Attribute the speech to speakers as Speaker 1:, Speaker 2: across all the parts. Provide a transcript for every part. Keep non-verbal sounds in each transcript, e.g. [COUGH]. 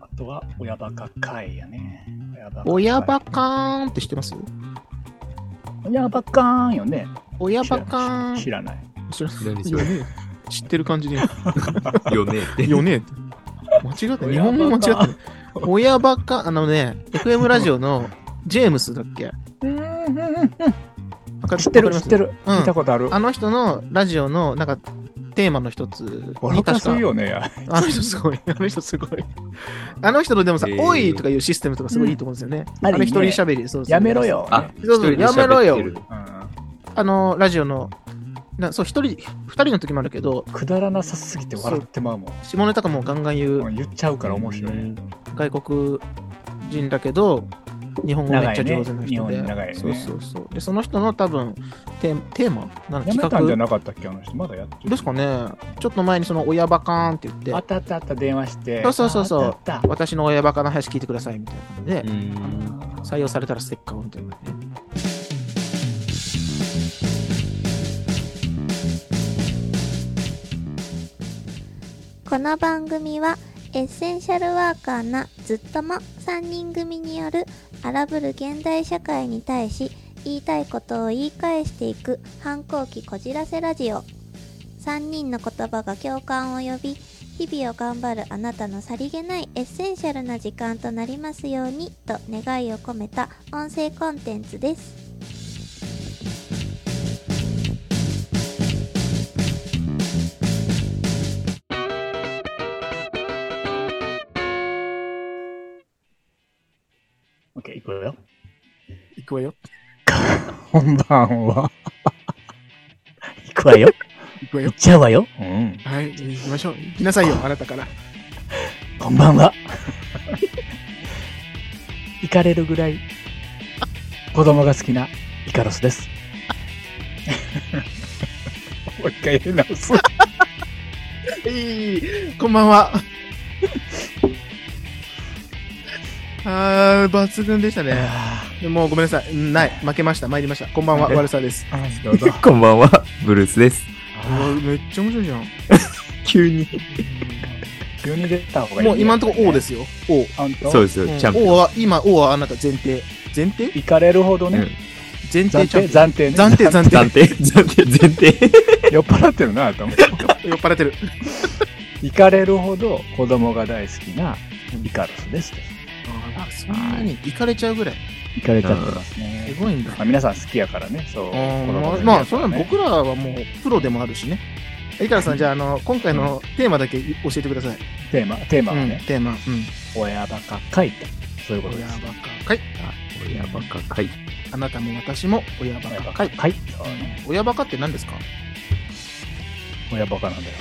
Speaker 1: あとは、親バカ会やね。
Speaker 2: 親バ
Speaker 1: カ
Speaker 2: カーンって知ってます
Speaker 1: 会。親バカーンよね。
Speaker 2: 親バカーン。
Speaker 1: 知らない。
Speaker 2: 知らない
Speaker 3: 何そ
Speaker 2: よ
Speaker 3: れ
Speaker 2: ね知ってる
Speaker 1: [LAUGHS]
Speaker 2: 感じで。
Speaker 3: よねって。
Speaker 2: よねって間違った。日本語間違ったね。親バカ、あのね、FM ラジオのジェームスだっけ
Speaker 1: うんうんうん
Speaker 2: わか
Speaker 1: 知ってる、
Speaker 2: わかりま
Speaker 1: 知
Speaker 2: す
Speaker 1: ってる。
Speaker 2: うん
Speaker 1: 見たことある。
Speaker 2: あの人のラジオのなんかテーマの一つ
Speaker 1: 笑
Speaker 2: に
Speaker 1: か
Speaker 2: 確
Speaker 1: する
Speaker 2: か
Speaker 1: よね。あ
Speaker 2: あの人すごい、あの人すごい。あの人のでもさ、
Speaker 3: えー
Speaker 2: おいとかいうシステムとかすごいいいと思うんですよね。
Speaker 1: うん
Speaker 2: あ
Speaker 1: あれ
Speaker 2: れ
Speaker 1: いい
Speaker 2: 一
Speaker 1: ね
Speaker 2: 人喋り、そうそう
Speaker 1: やめろよ。
Speaker 3: あ、
Speaker 2: そうそう
Speaker 3: 一人で喋ってる
Speaker 2: やめろよ
Speaker 1: うん
Speaker 2: あの、ラジオの、なそう、一人、二人の時もあるけど、
Speaker 1: くだらなさすぎて笑ってまうもん。
Speaker 2: 下ネタかもガンガン言
Speaker 1: う
Speaker 2: うん
Speaker 1: 言っちゃうから面白いね。
Speaker 2: 外国人だけど、日本語めっちゃ上手な
Speaker 1: 長いね日
Speaker 2: 人
Speaker 1: 本
Speaker 2: で。
Speaker 1: に長いよね
Speaker 2: そうそうそう。で、その人の多分、テーマテーマなんか
Speaker 1: やめ
Speaker 2: 企
Speaker 1: たんじゃ
Speaker 2: 画
Speaker 1: なかったっけ、あの人。まだやってる。
Speaker 2: ですかね。ちょっと前にその親バカーンって言って
Speaker 1: あっ、たあったあった、電話して。
Speaker 2: そうそうそうそう
Speaker 1: あったあった
Speaker 2: 私の親バカな話聞いてくださいみたいなの
Speaker 3: う
Speaker 2: で、
Speaker 3: ーん
Speaker 2: 採用されたらステッカーをみたいなね。
Speaker 4: この番組はエッセンシャルワーカーなずっとも3人組による荒ぶる現代社会に対し言いたいことを言い返していく反抗期こじらせラジオ3人の言葉が共感を呼び日々を頑張るあなたのさりげないエッセンシャルな時間となりますようにと願いを込めた音声コンテンツです
Speaker 1: オッケー、行くよ。
Speaker 2: 行くわ
Speaker 1: [LAUGHS]
Speaker 2: よ。
Speaker 1: こんばんは。 [LAUGHS] 行くわよ。
Speaker 2: 行くわ
Speaker 1: 行
Speaker 2: よ
Speaker 1: っ。ちゃうわよ。うん。
Speaker 2: はい、行きましょう。行きなさいよ、あなたから。
Speaker 1: こんばんは。行かれるぐらい、子供が好きなイカロスです。 [LAUGHS] もう一回言い直す。
Speaker 2: いいこんばんは。 [LAUGHS] あー、抜群でしたね。もうごめんなさい。ない。負けました。参りました。こんばんは、
Speaker 1: え
Speaker 2: ワルサーです。
Speaker 1: どうぞ。
Speaker 3: こんばんは、ブルースです。
Speaker 2: うわめっちゃ面白いじゃん。
Speaker 3: 急に。
Speaker 1: 急に出た方がいい、。
Speaker 2: もう今のところ O ですすよ。O。
Speaker 1: 本当
Speaker 3: そう
Speaker 1: う
Speaker 3: ですよ、
Speaker 2: うん
Speaker 3: チャンピ
Speaker 2: O
Speaker 3: オン。
Speaker 2: は、今、O はあなた前提。前提
Speaker 1: 行かれるほどね、
Speaker 2: 前
Speaker 1: 暫
Speaker 2: 提ちゃん
Speaker 1: 定、暫定ね。
Speaker 2: 暫定、暫定。
Speaker 3: 暫定、暫定、暫定。
Speaker 1: [LAUGHS] 酔っ払ってるな、と思う。
Speaker 2: 酔っ払ってる。
Speaker 1: 行かれるほど子供が大好きなイカロスですと。
Speaker 2: あ、そんなに行かれちゃうぐらい。
Speaker 1: 行かれちゃってますね。
Speaker 2: すごいんだ。
Speaker 1: まあ、皆さん好きやからね、そう。子供
Speaker 2: まあ、
Speaker 1: が
Speaker 2: まあ、
Speaker 1: 好きや
Speaker 2: そ
Speaker 1: か
Speaker 2: れ
Speaker 1: ら
Speaker 2: は
Speaker 1: ね
Speaker 2: 僕らはもうプロでもあるしね。え、イカラさん、じゃあ、あの、今回のテーマだけ教えてください。
Speaker 1: テーマ、テーマは
Speaker 2: うん、
Speaker 1: ね、
Speaker 2: テーマ。うん。
Speaker 1: 親バカ書いた。そういうことで
Speaker 2: 親
Speaker 1: す。
Speaker 2: バカかい。
Speaker 3: やばかかい。
Speaker 2: あなたも私も親バ
Speaker 1: 親
Speaker 2: カ
Speaker 1: バ
Speaker 2: か
Speaker 1: カ
Speaker 2: い。
Speaker 1: 書いた。そうね。
Speaker 2: 親バカって何ですか
Speaker 1: 親バカなんだよ。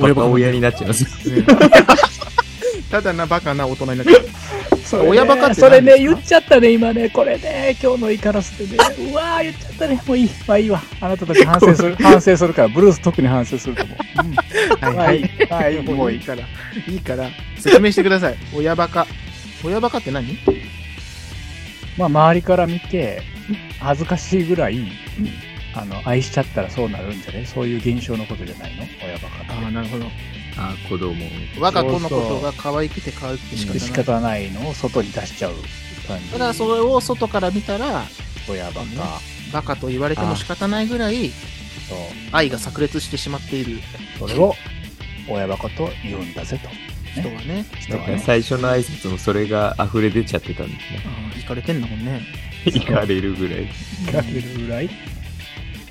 Speaker 3: バカ親になっちゃいます。
Speaker 2: ただなバカな大人になっちゃう。
Speaker 1: それね
Speaker 2: 親バカって何ですか
Speaker 1: それね、言っちゃったね、今ね。これね、今日のイカロスでね。うわー、言っちゃったね。もういい。まあいいわ。あなたたち反省
Speaker 2: [LAUGHS]
Speaker 1: する。反省するから、ブルース特に反省すると思う。うん
Speaker 2: はい
Speaker 1: まあいい。まあいい。
Speaker 2: も
Speaker 1: も
Speaker 2: う
Speaker 1: う
Speaker 2: い
Speaker 1: い
Speaker 2: い
Speaker 1: い。
Speaker 2: から。いいから、説明してください。親バカ。親バカって何
Speaker 1: まあ、周りから見て、恥ずかしいぐらい、あの、愛しちゃったらそうなるんじゃねそういう現象のことじゃないの親バカって。
Speaker 2: ああ、なるほど。
Speaker 3: あ、子供。
Speaker 2: 我が子のことが可愛くて可愛くて仕
Speaker 1: 仕
Speaker 2: 方ない。
Speaker 1: 方ないのを外に出しちゃう感じ。
Speaker 2: ただ、それを外から見たら、
Speaker 1: 親バカ、
Speaker 2: ねバカと言われても仕方ないぐらい、
Speaker 1: そ
Speaker 2: 愛が炸裂してしまっている
Speaker 1: う。それを親バカと言うんだぜと。
Speaker 2: 人はね、
Speaker 1: 人
Speaker 3: なん
Speaker 1: は
Speaker 3: か
Speaker 1: ね。
Speaker 3: 最初の挨拶もそれが溢れ出ちゃってたんですね。
Speaker 2: 行かれてんだもんね。
Speaker 3: 行かれるぐらい。
Speaker 1: かけるぐらい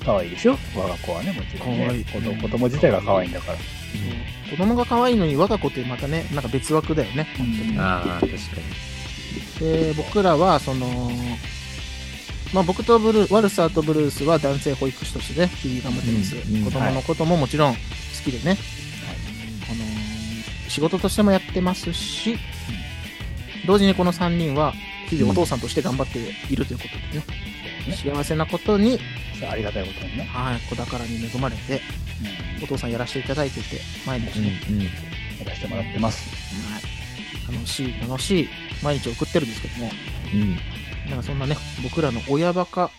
Speaker 1: 可愛いでしょ我が子はね、もちろん、ね。
Speaker 2: 可愛い
Speaker 1: 子供子供自体が可愛いんだから。
Speaker 2: 子供が可愛いのに我が子ってまたね、なんか別枠だよね。
Speaker 3: ああ、確か
Speaker 2: で、僕らは、その、まあ僕とブルー、ワルサーとブルースは男性保育士としてね、日々頑張ってます。
Speaker 3: うんうん
Speaker 2: 子供のことももちろん好きでね、あのー仕事としてもやってますし、同時にこの3人は日々お父さんとして頑張っているということでね、幸せなことに、
Speaker 1: そうありがたいことにね。
Speaker 2: はい、子宝に恵まれて、お父さんやらせていただいてて、毎日
Speaker 3: に。
Speaker 2: ね、
Speaker 3: うんうん。
Speaker 1: うん。出してもらってます。
Speaker 2: はい楽しい、楽しい毎日を送ってるんですけども、
Speaker 3: うん。
Speaker 2: なんかそんなね、僕らの親バカ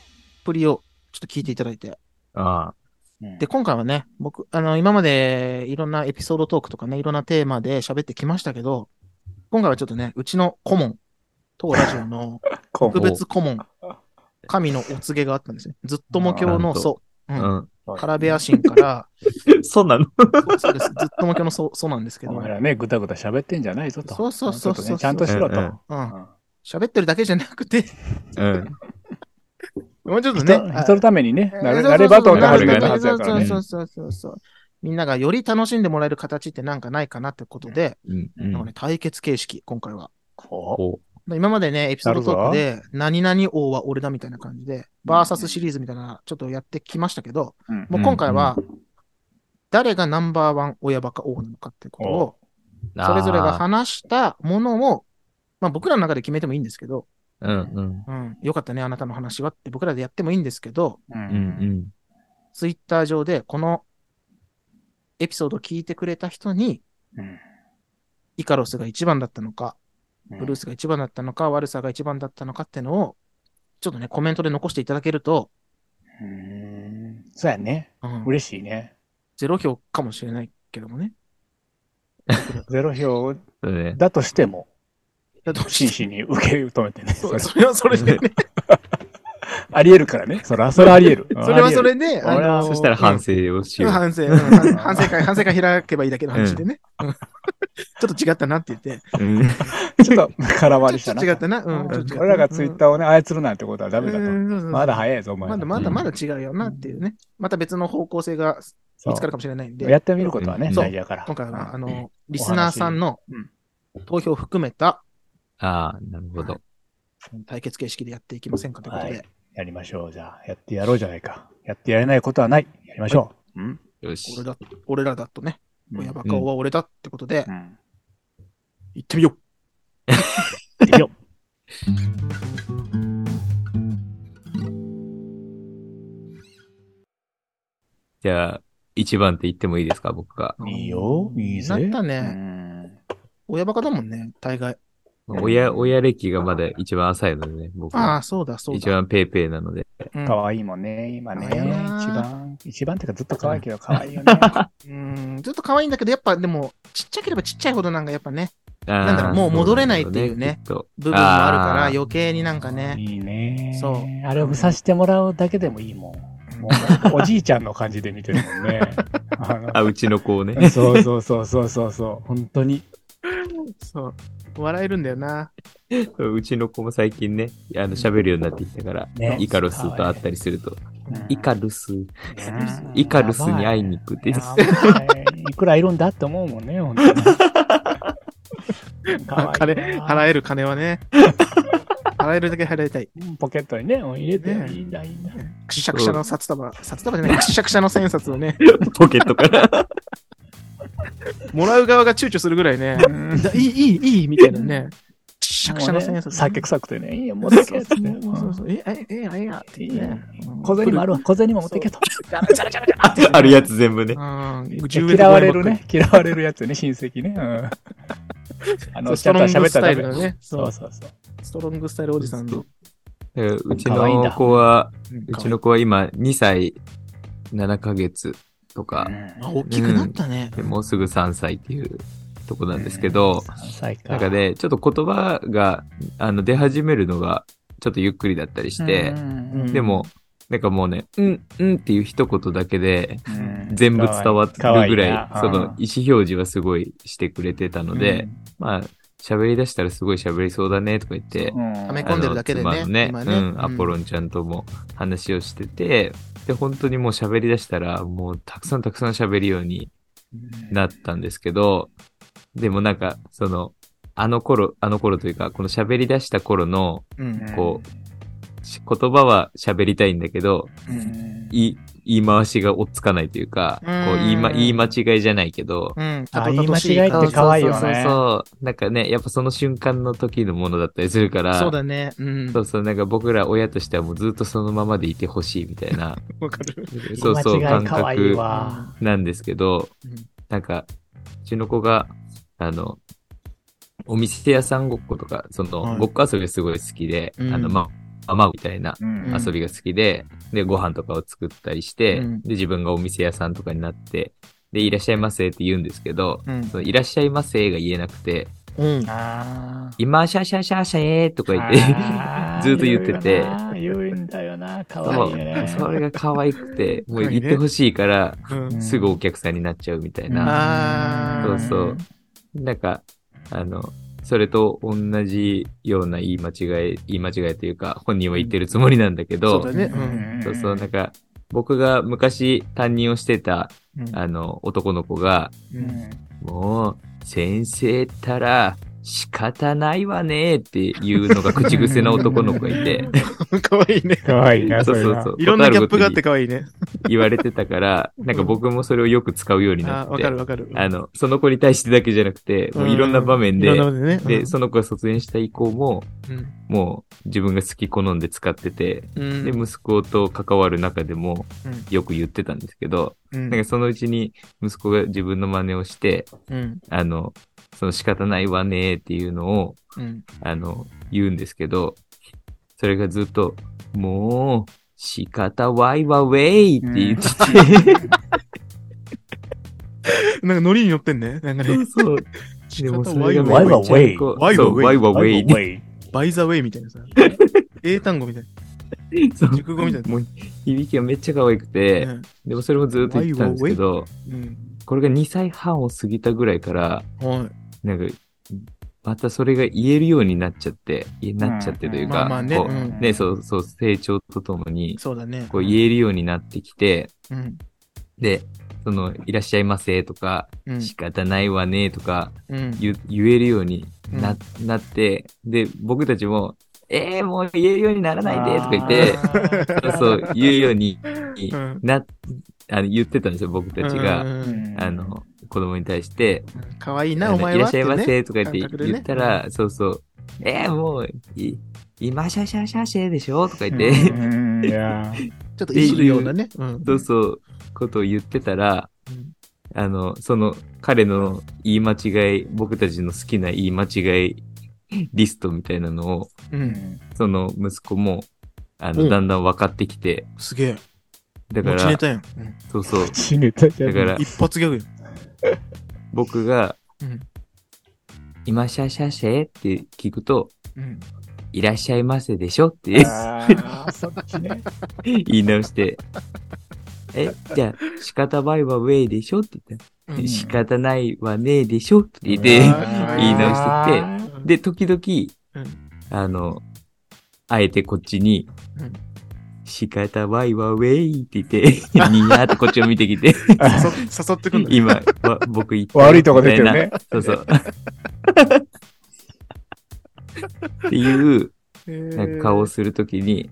Speaker 2: ぷりをちょっと聞いていただいて。
Speaker 3: あ
Speaker 2: で、今回はね、僕、あの、今までいろんなエピソードトークとかね、いろんなテーマで喋ってきましたけど、今回はちょっとね、うちの顧問、当ラジオの
Speaker 1: こ
Speaker 2: 特別顧問、神のお告げがあったんですね。ずっとも教の、
Speaker 3: あー
Speaker 2: そう、う
Speaker 3: あ。
Speaker 2: ん、
Speaker 3: う
Speaker 2: カラベア神から、
Speaker 3: ん。そうなの
Speaker 2: そうそうです。ずっとも教のそう、そうなんですけ
Speaker 1: お
Speaker 2: ど、う
Speaker 1: 前らね、ぐたぐた喋ってんじゃないぞと。
Speaker 2: そうそうそうそう
Speaker 1: ちょっとねちゃんとしろ
Speaker 3: う
Speaker 1: と。
Speaker 3: ん
Speaker 2: ん。
Speaker 1: うん
Speaker 2: 喋ってるだけじゃなくて、
Speaker 3: うん。
Speaker 2: もうちょっとね、
Speaker 1: 人人のためにね、
Speaker 2: あ
Speaker 1: なれなればと思
Speaker 3: な
Speaker 1: 始
Speaker 3: れ
Speaker 1: め
Speaker 3: ば
Speaker 1: たはずだからね。
Speaker 2: そうそうそうそうそうそう。みんながより楽しんでもらえる形ってなんかないかなってことで、
Speaker 3: うん。う
Speaker 2: なんか
Speaker 3: ん
Speaker 2: ね、対決形式、今回は。
Speaker 1: こ
Speaker 3: こ
Speaker 2: 今までね、エピソードトークで、何々王は俺だみたいな感じで、バーサスシリーズみたいな、ちょっとやってきましたけど、
Speaker 1: ううん
Speaker 2: もう今回は、誰がナンバーワン親バカ王なのかってことを、
Speaker 3: う
Speaker 2: それぞれが
Speaker 3: あ
Speaker 2: 話したものを、まあ僕らの中で決めてもいいんですけど、
Speaker 3: ーうんうん。
Speaker 2: うん、よかったね、あなたの話はって僕らでやってもいいんですけど、
Speaker 1: う
Speaker 3: うんん
Speaker 2: ツイッター上で、このエピソードを聞いてくれた人に、
Speaker 1: うん
Speaker 2: イカロスが一番だったのか、
Speaker 1: うん
Speaker 2: ブルースが一番だったのか、悪さが一番だったのかってのを、ちょっとね、コメントで残していただけると、
Speaker 1: うんそうやね。
Speaker 2: うん、
Speaker 1: 嬉しいね。
Speaker 2: ゼロ票かもしれないけどもね。
Speaker 1: ゼロ票
Speaker 3: うん。そうね。
Speaker 1: だとしても、
Speaker 2: いやどう
Speaker 1: 真
Speaker 2: し
Speaker 1: 摯に受け止めてね。そ
Speaker 2: そ
Speaker 1: れ
Speaker 2: [LAUGHS] それはそれでね。
Speaker 1: ありえるからね。それはそれありえる。
Speaker 2: [LAUGHS] それはそ
Speaker 1: あり
Speaker 2: れで、
Speaker 1: 俺は
Speaker 2: あの
Speaker 3: そしたら反省をしよう。
Speaker 2: 反省、うん反反省会、反省会開けばいいだけの話でね。うん [LAUGHS] ちょっと違ったなって言って。
Speaker 3: うん [LAUGHS]
Speaker 1: えるちょっと空回りし
Speaker 2: ちょ
Speaker 1: たな
Speaker 2: っと。違ったな。うん。ちょっと違ったな
Speaker 1: 俺らがツイッターをね、操るなんてことはダメだ
Speaker 2: う
Speaker 1: と。
Speaker 2: んそうそうそう
Speaker 1: まだ早いぞ、お前
Speaker 2: ま
Speaker 1: ら。
Speaker 2: だまだまだ違うよなっていうね。また別の方向性が
Speaker 1: そ
Speaker 2: 見
Speaker 1: う
Speaker 2: つかるかもしれないんで、
Speaker 1: やってみることはね
Speaker 3: う、ん
Speaker 1: 大事だから。
Speaker 2: 今回は、あ
Speaker 1: うん
Speaker 2: の、リスナーさんの
Speaker 1: うん
Speaker 2: 投票を含めた
Speaker 3: ああ、なるほど。
Speaker 2: 対決形式でやっていきませんかということ
Speaker 1: は
Speaker 2: で、
Speaker 1: やりましょう。じゃあ、やってやろうじゃないか。やってやれないことはない。やりましょう。うん
Speaker 3: よし
Speaker 2: 俺。だ、俺らだとね、
Speaker 1: うん
Speaker 2: 親バカは俺だってことで
Speaker 1: う、ん。
Speaker 2: 行ってみよう
Speaker 1: いいよ。
Speaker 3: じゃあ、一番って言ってもいいですか、僕が。
Speaker 1: いいよ。いいぜ。
Speaker 2: なった
Speaker 1: う
Speaker 2: ね。
Speaker 1: ん。
Speaker 2: 親バカだもんね、大概。
Speaker 3: 親、親歴がまだ一番浅いのでね、僕
Speaker 2: ああ、
Speaker 3: は。
Speaker 2: そうだ、そう
Speaker 3: 一
Speaker 2: だ。
Speaker 3: 番ペーペーなので。
Speaker 2: うん
Speaker 1: 可愛いもんね、今ね。
Speaker 2: 可愛い
Speaker 1: 一
Speaker 2: な
Speaker 1: 番、一番ってかずっと可愛いけど可愛いよ [LAUGHS] ね。
Speaker 2: うん、ずっと可愛いんだけど、やっぱでも、ちっちゃければちっちゃいほどなんかやっぱね、
Speaker 3: なん
Speaker 2: だろうもう戻れないっていうね部分もあるから余計になんかね、
Speaker 1: いいね。。
Speaker 2: そう
Speaker 1: あれをふさしてもらうだけでもいいもん。もうおじいちゃんの感じで見てるもんね。 [LAUGHS] あの
Speaker 3: あ、うちの子をね。 [LAUGHS]
Speaker 1: そうそうそうそうそうそう。本当に。
Speaker 2: そう、笑えるんだよな。
Speaker 3: うちの子も最近ね、あの、喋るようになってきたから、
Speaker 1: ね
Speaker 3: イカロスと会ったりすると、イカルス、
Speaker 1: うん
Speaker 3: イカルスに会いに行くって。
Speaker 1: やばいいくらいるんだって思うもんね、本当に。可愛
Speaker 2: 金、
Speaker 1: いな
Speaker 2: 払える金
Speaker 1: [LAUGHS]
Speaker 2: はね。払えるだけ払いたい。
Speaker 1: うんポケットにね、入れて、
Speaker 2: ね
Speaker 1: いいな、いいな。
Speaker 2: くしゃくしゃの札束、札束じゃない、くしゃくしゃの千札をね、
Speaker 3: ポケット
Speaker 2: [LAUGHS]
Speaker 3: から。
Speaker 2: もらう側が躊躇するぐらいね、いい、いい、いい、みたいなね、くしゃくしゃの千
Speaker 1: もうね
Speaker 2: 札。
Speaker 1: 酒臭くてね、いいよ、持っ
Speaker 2: そ
Speaker 1: てけ
Speaker 2: うそ
Speaker 1: っ
Speaker 2: う
Speaker 1: つ
Speaker 2: そ
Speaker 1: ってね。
Speaker 2: うそう。え、え、ええや、ええや、ってね。うん
Speaker 1: 小銭もあるわ、小銭も持ってけと。
Speaker 2: [LAUGHS]
Speaker 3: あるやつ全部ね。
Speaker 2: うん、10円
Speaker 1: 嫌われるね。、嫌われるやつね、親戚ね。うん、あ
Speaker 2: そう
Speaker 1: の、
Speaker 2: ス
Speaker 1: ちゃ
Speaker 2: ト
Speaker 1: んと
Speaker 2: ロン
Speaker 1: 喋
Speaker 2: グ
Speaker 1: っ
Speaker 2: ス
Speaker 1: たらダ
Speaker 2: タイ
Speaker 1: メ
Speaker 2: ルのね、そ
Speaker 1: そうう、そうそう。
Speaker 2: ストロングスタイルおじさんの。
Speaker 3: だからうち
Speaker 1: 可愛いんだ
Speaker 3: の子は、
Speaker 2: うん
Speaker 3: うちの子は今2歳7ヶ月とか、
Speaker 2: あ、大きくなったね。
Speaker 3: でもうすぐ3歳っていうとこなんですけど、
Speaker 1: 3歳か。
Speaker 3: なんかね、ちょっと言葉があの出始めるのがちょっとゆっくりだったりして
Speaker 1: う、ん、
Speaker 2: うん
Speaker 3: でも、なんかもうね、うん、うんっていう一言だけで
Speaker 1: うん
Speaker 3: 全部伝わってるぐらい、そ、
Speaker 1: 可愛
Speaker 3: の意思表示はすごいしてくくれてたので、、まあ、喋り出したらすごい喋りそうだねとか言って、
Speaker 1: は
Speaker 2: 溜め
Speaker 1: め
Speaker 2: 込んでるだけでね
Speaker 3: あの妻のね
Speaker 2: 今
Speaker 3: う
Speaker 2: ねうん
Speaker 3: ん、アポロンちゃんとも話をしてて、で、本当にもう喋り出したら、もうたくさんたくさん喋るようになったんですけど、でもなんか、その、あの頃、あの頃というか、この喋り出した頃の、
Speaker 2: うん。
Speaker 3: こし言葉は喋りたいんだけど、
Speaker 1: ううん、
Speaker 3: い言い回しが追っつかないというか、こ
Speaker 2: うん
Speaker 3: う言い,、ま、言い間違いじゃないけど、
Speaker 2: うん。
Speaker 1: あ
Speaker 2: たどたどし
Speaker 1: 言い間違いって可愛いよね
Speaker 3: そうそうそうそう。なんかね、やっぱその瞬間の時のものだったりするから、
Speaker 2: そうだね。うん
Speaker 3: そ。うそう、なんか僕ら親としてはもうずっとそのままでいてほしいみたい
Speaker 1: [LAUGHS]
Speaker 3: な、
Speaker 2: わかる。
Speaker 3: そうそう、
Speaker 1: 間違
Speaker 3: 感
Speaker 1: い可愛い
Speaker 3: 覚
Speaker 1: わ。
Speaker 3: なんですけど、
Speaker 2: うん
Speaker 3: なんか、うちの子が、あの、お店屋さんごっことか、そ
Speaker 2: はい
Speaker 3: の、ごっこ遊びがすごい好きで、
Speaker 2: うん
Speaker 3: あの、ま、まうみたいな
Speaker 1: うん
Speaker 2: あ
Speaker 3: 遊びが好きで、で、ご飯とかを作ったりして、
Speaker 2: うん
Speaker 3: で、自分がお店屋さんとかになって、で、いらっしゃいませって言うんですけど、
Speaker 2: うん
Speaker 3: そのいらっしゃいませが言えなくて、
Speaker 2: うん。
Speaker 1: あ
Speaker 3: 今、シャシャシャシャえーとか言って、
Speaker 1: あ
Speaker 3: [LAUGHS]
Speaker 1: ー
Speaker 3: ずっと言ってて
Speaker 1: 言うんだよな、可
Speaker 3: そ
Speaker 1: 愛いよね。
Speaker 3: [LAUGHS] う、それが可愛くて、もう
Speaker 2: 可愛いね
Speaker 3: 言ってほしいから、
Speaker 2: うん
Speaker 3: すぐお客さんになっちゃうみたいな。
Speaker 2: あ
Speaker 3: そ
Speaker 2: ー
Speaker 3: うそう。なんか、あの、それと同じような言い間違い、言い間違いというか、本人は言ってるつもりなんだけ
Speaker 2: そ
Speaker 3: ど、
Speaker 2: うだ
Speaker 1: う
Speaker 2: ね。
Speaker 1: ん
Speaker 2: うん
Speaker 3: そうそう、なんか、僕が昔担任をしてた、
Speaker 2: うん
Speaker 3: あの、男の子が、
Speaker 2: うん
Speaker 3: もう、先生ったら、仕方ないわねっていうのが口癖な男の子がいて、
Speaker 2: かわ [LAUGHS] いいね。
Speaker 1: 可愛いな、
Speaker 3: そう
Speaker 1: れ
Speaker 3: そう
Speaker 1: な
Speaker 3: そう。
Speaker 2: [LAUGHS] いろんなギャップが
Speaker 3: 断るごと
Speaker 2: あっ
Speaker 3: に
Speaker 2: てかわいいね。
Speaker 3: 言われてたから、なんか僕もそれをよく使うようにな
Speaker 2: あー
Speaker 3: っ
Speaker 2: わ
Speaker 3: て
Speaker 2: かる、わかる。
Speaker 3: あの、その子に対してだけじゃなくて、もういろんな場面で
Speaker 2: い、ろんな場面でね。
Speaker 3: で、その子が卒園した以降も、
Speaker 2: うん
Speaker 3: もう自分が好き好んで使ってて、
Speaker 2: うん
Speaker 3: で、息子と関わる中でも
Speaker 2: うん
Speaker 3: よく言ってたんですけど、
Speaker 2: うん
Speaker 3: なんかそのうちに息子が自分の真似をして、
Speaker 2: うん
Speaker 3: あの、その仕方ないわねーっていうのを、
Speaker 2: うん
Speaker 3: あの、言うんですけど、それがずっと、もう、仕方わいわウェイって言ってて、
Speaker 2: なんかノリに乗ってんね。なんか
Speaker 3: [LAUGHS]
Speaker 2: ね、
Speaker 3: そう。でもそれがめ
Speaker 1: わいわ
Speaker 3: っちゃ
Speaker 1: ウェイ
Speaker 3: こう
Speaker 2: わい
Speaker 3: そ
Speaker 2: わウェイ
Speaker 3: うわいわウェイ
Speaker 1: イ。
Speaker 2: バイザウェイみたい
Speaker 3: [LAUGHS]
Speaker 2: なさ。英単語みたい
Speaker 3: そう
Speaker 2: 熟語みたいな
Speaker 3: もう響きがめっちゃ可愛くて、
Speaker 2: な。
Speaker 3: でもそれもずっと言ってたんですけど、
Speaker 2: うん。
Speaker 3: これが2歳半を過ぎたぐらいから、
Speaker 2: は
Speaker 3: なんか、またそれが言えるようになっちゃって、いなっちゃってとい
Speaker 2: い。
Speaker 3: う
Speaker 2: ま
Speaker 3: か、
Speaker 2: あまあね。
Speaker 3: こう
Speaker 2: う
Speaker 3: んね、そう、そう、成長とともに、
Speaker 2: そうだね。
Speaker 3: こう言えるようになってきて、
Speaker 2: うん。
Speaker 3: で、その、いらっしゃいませとか、
Speaker 2: うん。
Speaker 3: 仕方ないわねとか
Speaker 2: うん。
Speaker 3: 言言えるようにな,、なって、で、僕たちも、えー、もう言えるようにならないでとか言って、そうそう、言うように
Speaker 2: ん
Speaker 3: な、あの言ってたんですよ、僕たちが。
Speaker 2: うん
Speaker 3: あの、子供に対して、
Speaker 2: かわいい
Speaker 3: あ
Speaker 2: な、
Speaker 3: の
Speaker 2: お前は。
Speaker 3: いらっしゃいま
Speaker 2: ってね。
Speaker 3: せとか言って
Speaker 2: 感覚でね
Speaker 3: 言ったら、そうそう、えー、もう、い、今シャシャシャシャでしょとか言って、
Speaker 2: う
Speaker 1: うんいや
Speaker 2: ちょっといじるようなね。う
Speaker 3: [LAUGHS]
Speaker 2: ん。
Speaker 3: そうそう、ことを言ってたら、
Speaker 2: うん
Speaker 3: あの、その彼の言い間違い、僕たちの好きな言い間違いリストみたいなのを、
Speaker 2: う
Speaker 1: ー
Speaker 2: ん。
Speaker 3: その息子も、あの、
Speaker 2: うん
Speaker 3: だんだん分かってきて、
Speaker 2: すげえ。
Speaker 3: だか
Speaker 2: 持ちネ
Speaker 3: ら、
Speaker 2: タやん。うん
Speaker 3: そうそう、
Speaker 1: 死ねたじゃ
Speaker 3: だ
Speaker 1: ん
Speaker 3: から
Speaker 2: 一発ギャグや
Speaker 3: 僕が、
Speaker 2: うん
Speaker 3: 今シャシャシャって聞くと、
Speaker 2: ん。うん。
Speaker 3: いらっしゃいませでしょって
Speaker 1: あーそっちね。
Speaker 3: [LAUGHS] 言い直して、え、じゃあ、仕方ないわウェイでしょって言ったら
Speaker 2: うん
Speaker 3: 仕方ないわねえでしょって言っ
Speaker 1: う
Speaker 3: て
Speaker 1: ん、
Speaker 2: 言い
Speaker 3: 直
Speaker 1: して
Speaker 2: うん
Speaker 3: で、時々、
Speaker 2: うん
Speaker 3: あの、あえてこっちに、
Speaker 2: うん
Speaker 3: 仕方ないわウェイって言 [LAUGHS] って、にやーってこっちを見てきて、
Speaker 2: 誘 [LAUGHS] 誘ってくんだね。
Speaker 3: 今、わ僕言ったよ
Speaker 1: 悪いとこ出てるね。
Speaker 3: みたいな。そうそう。っていう、なんか顔をするときに、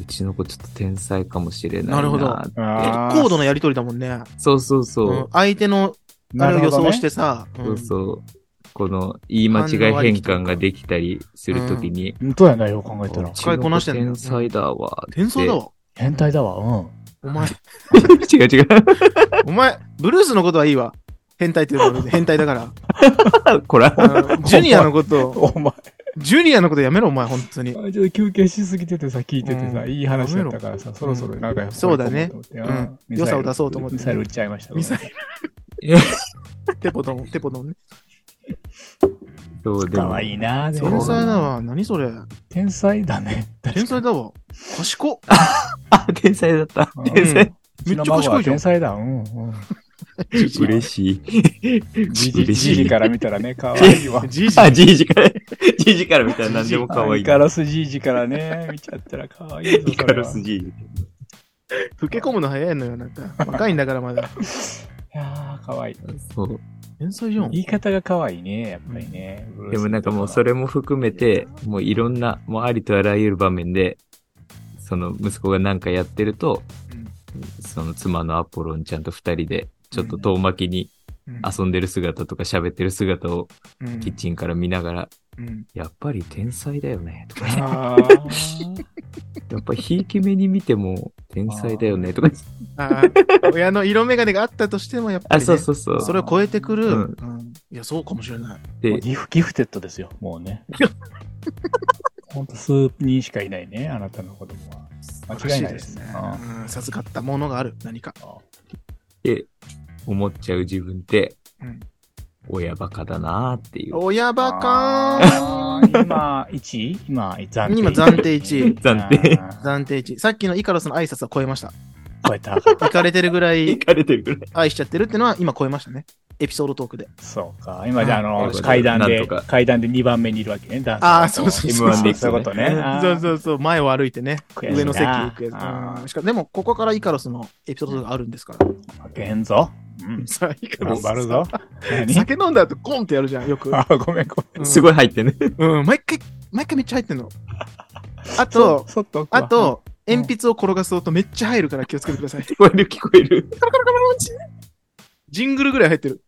Speaker 3: うちの子ちょっと天才かもしれないな。
Speaker 2: なるほど
Speaker 1: あー
Speaker 2: 高度なやりとりだもんね。
Speaker 3: そうそうそう。
Speaker 2: うん相手のあ
Speaker 1: な
Speaker 2: れを
Speaker 1: る
Speaker 2: 予
Speaker 1: ほど
Speaker 2: 想
Speaker 1: ね
Speaker 2: してさ。
Speaker 3: そ
Speaker 2: うん
Speaker 3: うそう。この言い間違い変換ができたりするときに、
Speaker 1: 本当やな、よう考えた
Speaker 3: う
Speaker 1: ら。
Speaker 3: ちの
Speaker 2: 使いこなしてんの
Speaker 3: 子天才だわって。
Speaker 2: 天才だわ。
Speaker 1: 変態だわ、うん。
Speaker 2: お前、
Speaker 3: [LAUGHS] 違う違う。 [LAUGHS]
Speaker 2: お前、ブルースのことはいいわ。変態って言うのは変態だ
Speaker 3: [LAUGHS]
Speaker 2: から。
Speaker 3: こら。
Speaker 2: うんジュニアのこと、
Speaker 1: お前、
Speaker 2: ジュニアのことやめろ、お前、本当に。
Speaker 1: ちょっと休憩しすぎててさ、聞いててさ、
Speaker 2: うん
Speaker 1: いい話だったからさ、そろそろなんか、
Speaker 2: そうだね
Speaker 1: 掘り込
Speaker 2: う
Speaker 1: もうと思って
Speaker 2: ん。良さを出そうと思って。
Speaker 1: ミサイル撃っちゃいました。
Speaker 2: ミサイル。テポドン、テポドンね。
Speaker 3: そう、で
Speaker 1: か
Speaker 3: も
Speaker 1: わいいなで
Speaker 3: そう
Speaker 1: も
Speaker 2: 天才だわ。何それ。
Speaker 1: 天才だね。
Speaker 2: 天才だわ。賢っ。
Speaker 3: あ、天才だった。
Speaker 1: うん
Speaker 3: 天才。
Speaker 2: めっちゃ賢いじゃん
Speaker 1: 天。才だ。うん。うん
Speaker 3: 嬉しい。
Speaker 1: じじ
Speaker 3: 嬉しい
Speaker 1: じじから見たらね、かわいい [LAUGHS] わ。
Speaker 2: じいじ。
Speaker 3: あ、じいじから、じいじからみたいな何でもかわいい。
Speaker 1: ガラスじいじからね、見ちゃったらかわいいぞ、
Speaker 3: イ
Speaker 1: そ
Speaker 3: カ
Speaker 1: れ
Speaker 3: ロ
Speaker 1: は。
Speaker 3: ス
Speaker 1: い
Speaker 3: じいじ。
Speaker 2: 老け込むの早いのよ、なんか。若いんだからまだ。
Speaker 1: やー、かわいい。
Speaker 3: そう。
Speaker 2: 天才じゃん。
Speaker 1: 言い方がかわいいね、やっぱりね。
Speaker 3: でもなんかもうそれも含めて、もういろんな、もうありとあらゆる場面で、その息子が何かやってると、その妻のアポロンちゃんと二人で、ちょっと遠巻きに
Speaker 2: うん
Speaker 3: 遊んでる姿とか喋ってる姿を
Speaker 2: うん
Speaker 3: キッチンから見ながら、
Speaker 2: うん
Speaker 3: やっぱり天才だよね、とか [LAUGHS] ね。
Speaker 1: あ
Speaker 2: [LAUGHS]
Speaker 1: ー
Speaker 3: やっぱひいき目に見ても天才だよね、とか。
Speaker 2: あ [LAUGHS] ー親の色眼鏡があったとしても、やっぱ
Speaker 3: あ、
Speaker 2: りね。
Speaker 3: そうそうそう。
Speaker 2: それを超えてくる、
Speaker 3: うん
Speaker 2: うんいや、そうかもしれない。
Speaker 3: で [LAUGHS]
Speaker 1: ギフギフテッドですよ、もうね。ほんと数人しかいないね、あなたの子供は。間違いないですね。
Speaker 2: おかしいですねうん授かったものがある、何か。
Speaker 3: って思っちゃう自分って
Speaker 2: うん、
Speaker 3: 親バカだなーって [LAUGHS] いう。
Speaker 2: 親バカ
Speaker 1: あ [LAUGHS] ー今、1位今、暫定。
Speaker 2: 今暫定一位
Speaker 3: 暫定
Speaker 1: あー
Speaker 2: 暫定値。さっきのイカロスの挨拶は超えました。
Speaker 1: 超えたかった
Speaker 2: 行かれてるぐらい
Speaker 3: 行かれてるぐらい。
Speaker 2: 愛しちゃってるってのは今超えましたね。エピソードトークで。
Speaker 1: そうか。今じゃあ、あ
Speaker 3: は
Speaker 1: の
Speaker 3: い、
Speaker 1: 階段
Speaker 3: なん
Speaker 1: で、
Speaker 3: とか
Speaker 1: 階段で2番目にいるわけね、ダンス
Speaker 2: あーそうそうそう
Speaker 3: M1 で行くとね
Speaker 1: そういうことね。あー
Speaker 2: そうそうそう、前を歩いてね、
Speaker 1: 悔しいな
Speaker 2: 上の席行くやつ
Speaker 1: あー
Speaker 2: うん。しかでも、ここからイカロスのエピソードトークがあるんですから。
Speaker 1: 負けへんぞ。うん。
Speaker 2: さあ、イカロ
Speaker 1: 頑
Speaker 2: ス。
Speaker 1: 張るぞ。何
Speaker 2: 酒飲んだ後、ゴンってやるじゃん、よく。
Speaker 1: あー、ごめんごめん。
Speaker 3: すごい入って [LAUGHS] ね。
Speaker 2: うん、毎回、毎回めっちゃ入ってんの。あと、
Speaker 1: そっと奥は
Speaker 2: あ、と、鉛筆を転がす音めっちゃ入るから気をつけてください。
Speaker 3: 聞こえる聞こえる。
Speaker 2: ジングルぐらい入ってる。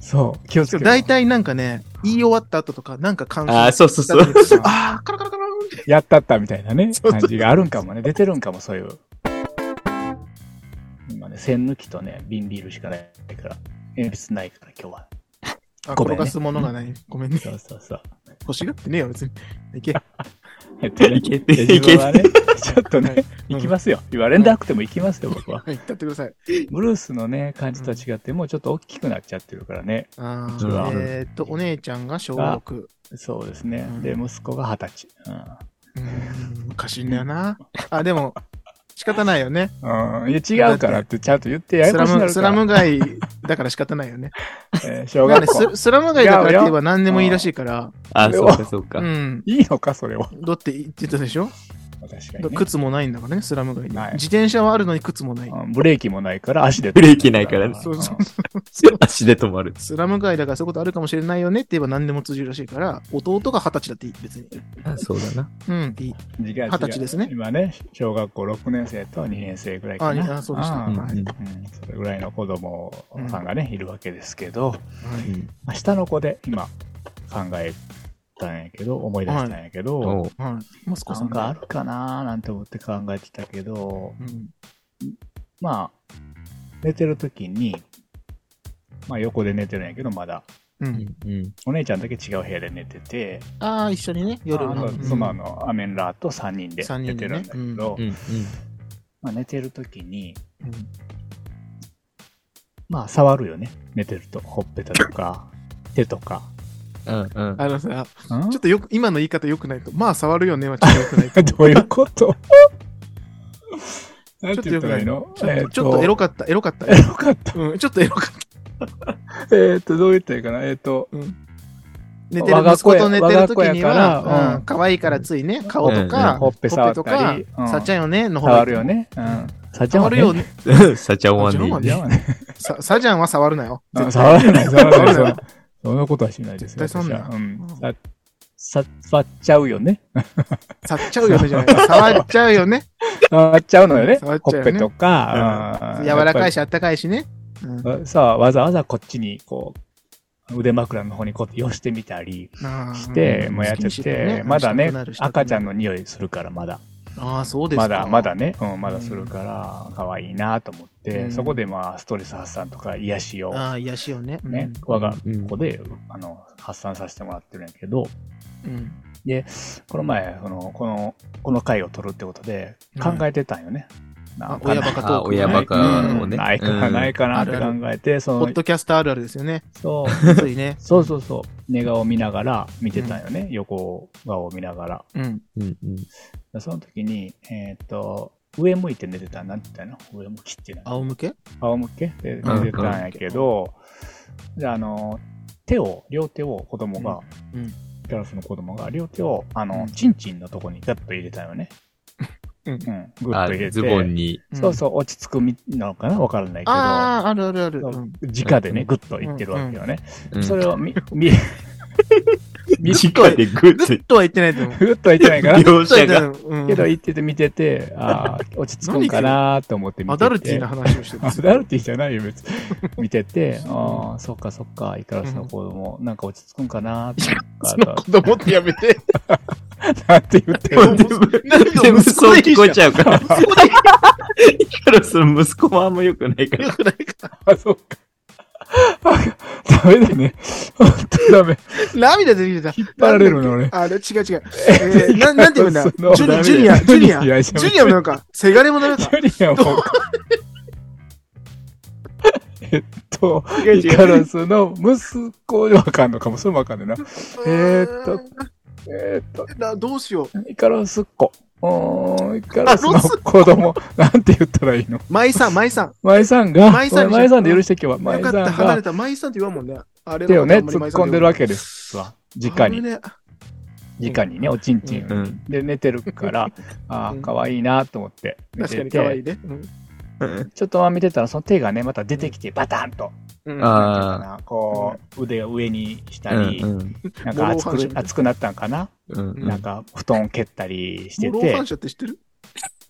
Speaker 1: そう、気をつ
Speaker 2: しか
Speaker 1: け
Speaker 2: も
Speaker 1: て。
Speaker 2: 大体なんかね、言い終わった後とか、なんか感
Speaker 3: ああ、
Speaker 2: 想
Speaker 3: そうそうそう。
Speaker 2: う。あー、カラカラカラーンって。
Speaker 1: やったったみたいなね、
Speaker 2: そうそう
Speaker 1: 感じがあるんかもね。出てるんかも、そういう。今ね、線抜きとね、瓶ビールしかないから、鉛筆ないから今日は。
Speaker 2: あ、
Speaker 1: ごめんね
Speaker 2: 転がすものがない。ごめんね。
Speaker 1: そうそうそう。
Speaker 2: 欲しがってねえよ、
Speaker 1: [LAUGHS]
Speaker 2: 別に。いけ。
Speaker 1: えっとね
Speaker 3: いけて、
Speaker 1: で
Speaker 3: い
Speaker 1: 自
Speaker 3: け
Speaker 1: 分は
Speaker 3: て。
Speaker 1: ね、ちょっとね、
Speaker 2: うん
Speaker 1: 行きますよ。言われなくても行きますよ、僕は。
Speaker 2: はい、立ってください。
Speaker 1: ブルースのね、感じとは違って、もうちょっと大きくなっちゃってるからね。
Speaker 2: あ
Speaker 3: う
Speaker 2: ー
Speaker 3: わ
Speaker 2: えーっと、お姉ちゃんが小6。
Speaker 1: そうですね
Speaker 2: うん。
Speaker 1: で、息子が二十歳。
Speaker 2: うーん、おかしいんだよな。あ、でも、仕方ないよね。
Speaker 1: うん。うん、いや違うからってちゃんと言ってや
Speaker 2: ス
Speaker 1: やこ
Speaker 2: ラ
Speaker 1: しくな
Speaker 2: ム、
Speaker 1: るか
Speaker 2: ス
Speaker 1: ら。
Speaker 2: ラム街だから仕方ないよね。
Speaker 1: えー小
Speaker 2: まあね
Speaker 1: 学校。
Speaker 2: ススラム街だからって言えば何でもいいらしいから。
Speaker 3: あー、
Speaker 1: それ
Speaker 3: そう
Speaker 1: は
Speaker 3: かそうか
Speaker 2: う。ん。
Speaker 1: いいのか、それは。
Speaker 2: だって言ってたでしょ、
Speaker 1: 確かに、ね。
Speaker 2: 靴もないんだからね、スラム街に
Speaker 1: ない
Speaker 2: 自転車はあるのに靴もない。
Speaker 1: うんブレーキもないから足で。
Speaker 3: ブレーキないからね
Speaker 2: そうそう
Speaker 3: 足で止まる。
Speaker 2: スラム街だからそういうことあるかもしれないよねって言えば何でも通じるらしいから、弟が二十歳だっていい、別に。
Speaker 3: あそうだな。
Speaker 2: うん、いい。
Speaker 1: うん違う違う
Speaker 2: 二十歳ですね
Speaker 1: 今ね、小学校6年生と2年生ぐらい
Speaker 2: あ
Speaker 1: かな。
Speaker 2: あそうでした
Speaker 1: ん
Speaker 2: はい
Speaker 1: うんそれぐらいの子供さんがね、いるわけですけど、
Speaker 3: うん
Speaker 1: まあ下の子で今考えたんやけど、思い出したんやけど、
Speaker 3: おう
Speaker 2: はい。はい。息子
Speaker 1: な
Speaker 2: さん
Speaker 1: んかあ
Speaker 2: が。
Speaker 1: るかなーなんて思って考えてたけど、
Speaker 2: うん。
Speaker 1: まあ、寝てる時に、まあ横で寝てるんやけど、まだ、
Speaker 2: うん。
Speaker 3: うん
Speaker 1: お姉ちゃんだけ違う部屋で寝てて、
Speaker 2: ああ、一緒にね、夜
Speaker 1: あ
Speaker 2: の。
Speaker 1: の
Speaker 2: うん
Speaker 1: 妻のアメンラーと3人で
Speaker 2: 三
Speaker 1: 寝
Speaker 2: 人で
Speaker 1: て
Speaker 2: ね
Speaker 1: るんだけど、
Speaker 3: うんうん
Speaker 1: まあ、寝てる時に、
Speaker 2: うん
Speaker 1: まあ触るよね。寝てると、ほっぺたと
Speaker 2: [LAUGHS]
Speaker 1: か、手とか。
Speaker 3: うんうん
Speaker 2: あのさ、
Speaker 1: ん。
Speaker 2: ちょっとよく、今の言い方良くないと、まあ触るよねはちょっと良くないと
Speaker 1: [LAUGHS] どういうこと
Speaker 2: [LAUGHS]
Speaker 1: なん
Speaker 2: ちょってと
Speaker 1: 言ったら
Speaker 2: 良くないい
Speaker 1: いの
Speaker 2: のちょっとちょっとエロかった、エロかった
Speaker 1: え。っとエロか
Speaker 2: [LAUGHS]
Speaker 1: った。
Speaker 2: うん、ちょっとエロかった。
Speaker 1: えっと、どう言ったらいいかな。えっと、
Speaker 2: 寝てる
Speaker 1: 我が
Speaker 2: 息
Speaker 1: 子
Speaker 2: 子
Speaker 1: や
Speaker 2: と寝てる時
Speaker 1: 我が子
Speaker 2: に
Speaker 1: やからう
Speaker 2: は、うんん、可愛いからついね、顔と
Speaker 3: う
Speaker 2: か、
Speaker 3: ん
Speaker 1: ほっぺ触
Speaker 2: と
Speaker 1: った
Speaker 2: か
Speaker 1: り、うん
Speaker 2: さっちゃんよね、の方が
Speaker 1: 触るよ。ね。うん。さっちゃん
Speaker 2: 触
Speaker 1: は
Speaker 2: る
Speaker 1: ね
Speaker 2: よね。
Speaker 3: うん。サチャオワンでいい
Speaker 2: サチ
Speaker 1: 嫌
Speaker 2: ャオワ
Speaker 1: はね。
Speaker 2: さ、サジャンは触るなよ。
Speaker 1: うん触
Speaker 2: [LAUGHS]
Speaker 1: らない、触らない。そ
Speaker 2: 触
Speaker 1: ん
Speaker 2: る
Speaker 1: なそんなことはしないですよ。
Speaker 2: 絶対そんな
Speaker 1: 私はうん
Speaker 2: うん。
Speaker 1: ささ、触っちゃうよね。
Speaker 2: 触っちゃうよね、じゃ
Speaker 1: [LAUGHS]
Speaker 2: ない。触っちゃうよね。
Speaker 1: 触っちゃうのよね。
Speaker 2: 触っ
Speaker 1: ほ
Speaker 2: ちゃう
Speaker 1: っ
Speaker 2: よね
Speaker 1: ぺとか。うん
Speaker 2: 柔らかい
Speaker 1: やっ
Speaker 2: し、あったかいしね。うん。
Speaker 1: ぱりさあ、わざわざこっちに、こう、腕枕の方にこう、寄してみたりして、
Speaker 2: うん
Speaker 1: もうやっちゃっ
Speaker 2: スキンシップ
Speaker 1: て、
Speaker 2: ね
Speaker 1: まだ
Speaker 2: し
Speaker 1: ね
Speaker 2: たくなるし、たくなる
Speaker 1: 赤ちゃんの匂いするから、まだ。
Speaker 2: ああ、そうですか
Speaker 1: まだ、まだ。ね、うん、まだするから、可愛いなと思っ
Speaker 2: う
Speaker 1: て、
Speaker 2: ん
Speaker 1: そこでまあ、ストレス発散とか、癒しを、
Speaker 2: ああ、癒しよね。
Speaker 1: ね、我が子で、あの、発散させてもらってるんやけど、
Speaker 2: うん。
Speaker 1: で、この前、その、この、この回を撮るってことで、考えてたんよね。な
Speaker 2: あ
Speaker 1: ん、かな
Speaker 2: 親バカトー
Speaker 3: あ
Speaker 2: ク。
Speaker 3: 親バカ
Speaker 2: うん
Speaker 3: をね
Speaker 1: ないかな、
Speaker 3: うん
Speaker 1: ないかなって
Speaker 2: あるあ
Speaker 1: 考えて、そ
Speaker 2: ポッ
Speaker 1: の、
Speaker 2: ドキャストあるあるですよね。
Speaker 1: そう、
Speaker 2: ついね。
Speaker 1: そうそうそう、寝顔を見ながら見てたんよね、横顔を見なが
Speaker 2: うん。
Speaker 3: うんうん
Speaker 1: ら。その時に、えーっと、上向いて寝てたなんて言ったの上向きってな。
Speaker 2: 仰向け
Speaker 1: 仰向けで寝てたんやけど、で、あの、手を、両手を子供が、
Speaker 2: うんうん
Speaker 1: ガラスの子供が両手を、あの、
Speaker 2: うん
Speaker 1: チンチンのとこにガッと入れたよね。
Speaker 2: うん
Speaker 1: うん。グッ
Speaker 3: あ
Speaker 1: と入れて。
Speaker 3: ズボンに。
Speaker 1: そうそう、落ち着くみなのかなわからないけど。
Speaker 2: ああ、あるあるある。うん
Speaker 1: 直でね、ぐっと言ってるわけよね。
Speaker 3: うん
Speaker 1: それをみ、み、み、
Speaker 3: 直でグッ
Speaker 2: ず
Speaker 3: て
Speaker 2: っ。とは言ってないと思う。
Speaker 1: ぐっとは言ってないから。
Speaker 3: 描写が。
Speaker 2: うん
Speaker 1: けど言ってて見てて、ああ、
Speaker 2: [LAUGHS]
Speaker 1: 落ち着くんかなーと思って見て
Speaker 2: ア
Speaker 1: て。
Speaker 2: ダルティーな話をして
Speaker 1: [LAUGHS]
Speaker 2: る
Speaker 1: アダルティじゃないよ、別に。見てて、ああ、そっかそっか、イカラスの子供、なんか落ち着くんかなーって
Speaker 2: その子供ってやめて。
Speaker 1: なんて言って
Speaker 2: う
Speaker 1: る。
Speaker 2: ん
Speaker 3: 全部全部そう聞こえちゃうから。息子でイカロスの息子もあんま良くないから。
Speaker 1: あ、そっか。ダメだね。ほんとダメ。
Speaker 2: [LAUGHS] 涙出てきてた。引っ
Speaker 1: 張られるのね
Speaker 2: あれ、違
Speaker 1: [LAUGHS]
Speaker 2: う違う。えー、ななんて言うんだ
Speaker 1: その
Speaker 2: ジュニジュニア、ジュニア、ジュニアもなんか、せがれもダメ
Speaker 1: ジ
Speaker 2: か。
Speaker 1: ュニアも。えっと、
Speaker 2: 違う違う
Speaker 1: イカロスの息子でわかんのかも。それもわかんないな。 [LAUGHS] えーっとえーっと、
Speaker 2: うーんなどうしよう。
Speaker 1: イカロスっ子。うーん、イカロスの子供。なんて言ったらいいの
Speaker 2: 舞さん、舞さん。
Speaker 1: 舞さんが、
Speaker 2: 舞さん
Speaker 1: ごめ舞さんで許して今日は。舞
Speaker 2: よか
Speaker 1: さ
Speaker 2: っ
Speaker 1: ん
Speaker 2: た、離
Speaker 1: が
Speaker 2: れた。舞さんって言わんもんね。あれ
Speaker 1: 手をね、
Speaker 2: は
Speaker 1: 突っ込んでるわけですわ。直に。
Speaker 2: ね。
Speaker 1: 直にね、おちんちん
Speaker 3: う。ん。
Speaker 1: で、寝てる [LAUGHS] から、ああ、
Speaker 2: うん
Speaker 1: かわいいなと思って見
Speaker 2: 確か
Speaker 1: て
Speaker 2: に可愛
Speaker 1: て、
Speaker 2: いね。うん
Speaker 1: ちょっとまあ見てたら、その手がね、また出てきて、バタンと、
Speaker 2: うん
Speaker 3: あー
Speaker 1: なんていうのかなこう、腕を上にした
Speaker 3: うん
Speaker 1: り
Speaker 3: う、ん
Speaker 1: なんか熱
Speaker 2: モロー反射
Speaker 1: く
Speaker 2: みたいな
Speaker 1: 熱くなったんかな
Speaker 3: うんう
Speaker 1: なん
Speaker 3: ん。
Speaker 1: か、布団蹴ったりして
Speaker 2: モロー
Speaker 1: て
Speaker 2: 反、射って知っ
Speaker 1: [LAUGHS]
Speaker 2: てる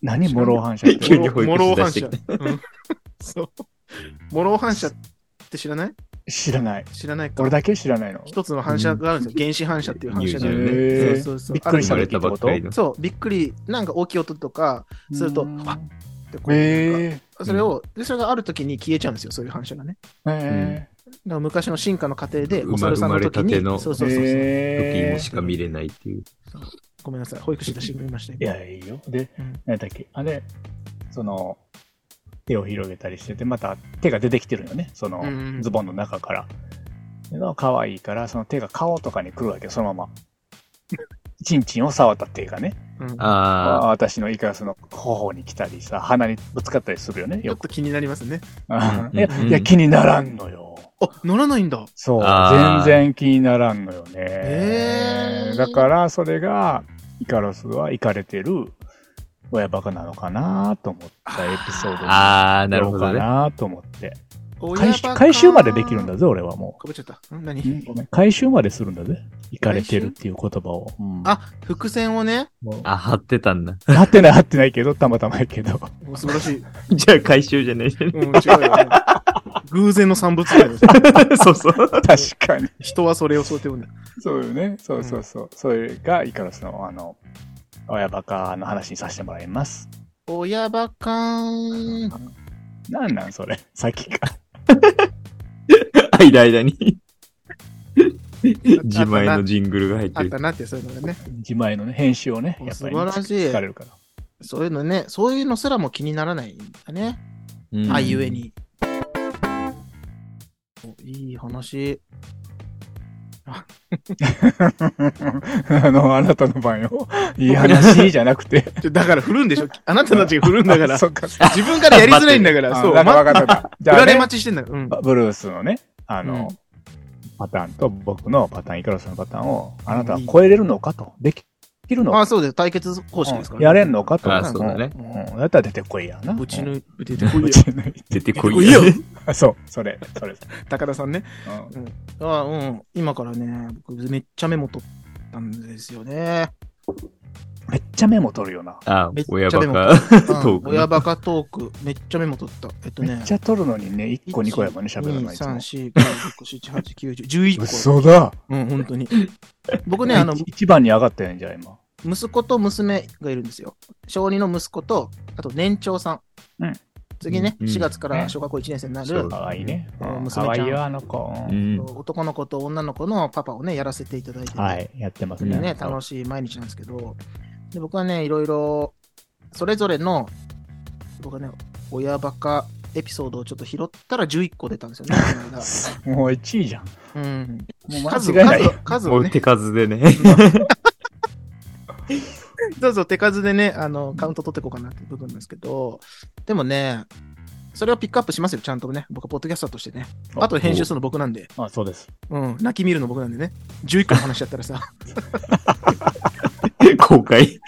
Speaker 1: 何、もろ反射って。
Speaker 3: 急に保育士
Speaker 2: モロー反
Speaker 3: 出
Speaker 2: 射。うん [LAUGHS] そう。モロー反射って知らない
Speaker 1: 知らない。
Speaker 2: 知らないか
Speaker 1: 俺。だけ知らないの。
Speaker 2: 一つの反射があるんですよ。原子反射っていう反射
Speaker 3: 言うよね
Speaker 2: で。
Speaker 1: へ
Speaker 2: そ
Speaker 1: ー
Speaker 2: うそうそう。
Speaker 1: びっくりし
Speaker 3: 生ま
Speaker 1: た
Speaker 2: あ
Speaker 3: れ
Speaker 2: る
Speaker 3: たばっかりの。
Speaker 2: そう、びっくり、なんか大きい音とか、すると、
Speaker 1: うん
Speaker 2: わっってこうなんか
Speaker 1: へ
Speaker 2: それを、で、それがある時に消えちゃうんですよ、そういう反射がね。
Speaker 1: ぇへ
Speaker 2: だから昔の進化の過程で、
Speaker 3: 生ま
Speaker 2: お猿さんの
Speaker 3: 生ま
Speaker 2: 時
Speaker 3: れた
Speaker 2: に
Speaker 3: て、の
Speaker 2: そう
Speaker 1: ぇ
Speaker 2: そうそうそう。
Speaker 3: 時
Speaker 1: へ
Speaker 3: もしか見れないっていう。
Speaker 2: ごめんなさい、保育士出してみました
Speaker 1: い
Speaker 2: けど。
Speaker 1: や、いいよ。で
Speaker 2: うん、
Speaker 1: 何だっけ。あれ、その、手を広げたりしてて、また手が出てきてるよね。その
Speaker 2: うんうん、
Speaker 1: ズボンの中から。で可愛いから、その手が顔とかに来るわけよ、その [LAUGHS] まま。ちんちんを触った手がね、
Speaker 2: うん
Speaker 1: あ
Speaker 3: あ
Speaker 1: ー私のイカラスの頬に来たりさ、鼻にぶつかったりするよね、
Speaker 2: ちょ
Speaker 1: よ
Speaker 2: っ
Speaker 1: く。
Speaker 2: と気になりますね。
Speaker 1: あ
Speaker 3: うん
Speaker 1: [LAUGHS] ーいや
Speaker 2: うん
Speaker 1: いや、気にならんのよ。
Speaker 2: あ、乗らないんだ。
Speaker 1: そう。
Speaker 3: あー
Speaker 1: 全然気にならんのよね。
Speaker 2: へー
Speaker 1: だから、それが、イカロスはイカれてる親バカなのかなと思ったエピソード
Speaker 3: あ。
Speaker 1: に
Speaker 3: ああ、なるほ
Speaker 1: や
Speaker 3: ど
Speaker 1: ろう
Speaker 3: ね。
Speaker 1: かなと思って。
Speaker 2: 親
Speaker 1: 回
Speaker 2: バ
Speaker 1: 収
Speaker 2: カ
Speaker 1: 回収までできるんだ。ぜ、俺はも
Speaker 2: かぶっちゃった。ん
Speaker 1: う。
Speaker 2: 何
Speaker 1: ごめん回収までするんだぜ。イカれてるっていう言葉を。うん
Speaker 2: あ、伏線をね。
Speaker 1: もう
Speaker 3: あ、貼ってたんだ。
Speaker 1: 合ってない合ってないけど、たまたまやけど。
Speaker 2: お素晴らしい。
Speaker 3: じゃあ回収じゃないじゃ
Speaker 2: うん、違うよ [LAUGHS] ね。偶然の産物だよね。
Speaker 3: ん。そうそう。
Speaker 1: 確かに。
Speaker 2: 人はそれを想定をね。
Speaker 1: そうよね。そうそうそう。それがイカロスの、あの、親バカの話にさせてもらいます。
Speaker 2: 親バカーン。
Speaker 1: なんなんそれ。 [LAUGHS] さっきから。
Speaker 3: 間間に。自前のジングルが入っ
Speaker 2: あ
Speaker 3: て
Speaker 2: っ
Speaker 3: る
Speaker 2: た。なって、そういうのがね。
Speaker 1: 自前のね、編集をね、やっぱり、ね、
Speaker 2: 素晴らしい
Speaker 1: 聞かれるから。 [LAUGHS]
Speaker 2: そういうのね、そういうのすらも気にならないんだね。
Speaker 3: うん
Speaker 2: あゆえ。に。おいい話。
Speaker 1: あの、あなたの番
Speaker 2: [LAUGHS]
Speaker 1: よ。いい話じゃなくて。
Speaker 2: ちょだから振るんでしょあなたたちが振るんだ [LAUGHS] から。
Speaker 1: そっか。
Speaker 2: 自分からやりづらいん [LAUGHS] だから。
Speaker 1: そ、
Speaker 2: そうう。
Speaker 1: なんか
Speaker 2: ま
Speaker 1: 分かったな。じ
Speaker 2: 振
Speaker 1: ゃあ、
Speaker 2: られ
Speaker 1: ね、
Speaker 2: 待ちしてんだから。うん。
Speaker 1: ブルースのね、あの、
Speaker 2: うん
Speaker 1: パターンと僕のパターン、イカロスのパターンを、あなたは超えれるのかと。できるの
Speaker 2: ま
Speaker 1: か
Speaker 2: あ、そうです。対決講師ですから、
Speaker 1: やれんのかと。
Speaker 3: あそうだね
Speaker 1: うん。うんだったら出てこいやな。
Speaker 2: ぶち
Speaker 1: い
Speaker 2: 抜いててこい
Speaker 1: ぶ
Speaker 2: [LAUGHS] よ。
Speaker 1: ち抜い
Speaker 3: 出てこ
Speaker 2: こ
Speaker 3: い
Speaker 2: いよ
Speaker 3: よ。
Speaker 1: あ [LAUGHS] そう、それ、それ。
Speaker 2: 高田さんね。
Speaker 1: うん
Speaker 2: あうん。今からね、僕めっちゃメモ取ったんですよ
Speaker 1: [LAUGHS]
Speaker 2: ね。
Speaker 1: めっちゃメモ取るよな。
Speaker 3: あ
Speaker 2: めっ、ちゃ
Speaker 3: 親バ
Speaker 2: メモ
Speaker 3: カ。
Speaker 2: う
Speaker 3: トー
Speaker 2: ん
Speaker 3: クね
Speaker 2: 親バカトーク。めっちゃメモ取った。えっと
Speaker 1: め
Speaker 2: ね
Speaker 1: っ。ちゃ取るのにね、1個2個やもんね、喋らないと。
Speaker 2: 1 2 3 4 5 6 7 8 9 10 11個。
Speaker 1: 嘘だ。
Speaker 2: うん、本当に。
Speaker 1: [LAUGHS]
Speaker 2: 僕ね、あの
Speaker 1: い、一番に上がったやんじゃあ今。
Speaker 2: 息子と娘がいるんですよ。小児の息子と、あと年長さん。
Speaker 1: うん
Speaker 2: 次ね、
Speaker 3: うん
Speaker 2: 4月から小学校1年生にな
Speaker 3: そう
Speaker 2: る、
Speaker 1: かわいいね。
Speaker 2: うん
Speaker 1: うんか
Speaker 2: 娘ちゃん
Speaker 1: わいいよ、あの子。
Speaker 3: う
Speaker 1: うん
Speaker 3: ん。
Speaker 2: 男の子と女の子のパパをね、やらせていただいてて、
Speaker 1: はい、やってます
Speaker 2: で
Speaker 1: ね。
Speaker 2: ね、楽しい毎日なんですけど、で僕はね、いろいろ、それぞれの、僕はね、親バカエピソードをちょっと拾ったら11個出たんですよね、この
Speaker 1: [LAUGHS]
Speaker 2: 間
Speaker 1: もう1位じゃん。
Speaker 2: うん、
Speaker 1: もう
Speaker 2: 数
Speaker 1: 間違いない。
Speaker 2: 数数
Speaker 3: も
Speaker 2: を
Speaker 3: う
Speaker 2: ね、
Speaker 3: 手数でね。
Speaker 2: どうぞ手数でね、あの、カウント取っていこうかなっていう部分なんですけど、でもね、それをピックアップしますよ、ちゃんとね。僕はポッドキャスターとしてね。あとで編集するの僕なんで、
Speaker 1: あ、そうです。
Speaker 2: うん、泣き見るの僕なんでね。11個の話しちゃったらさ、
Speaker 3: 公開。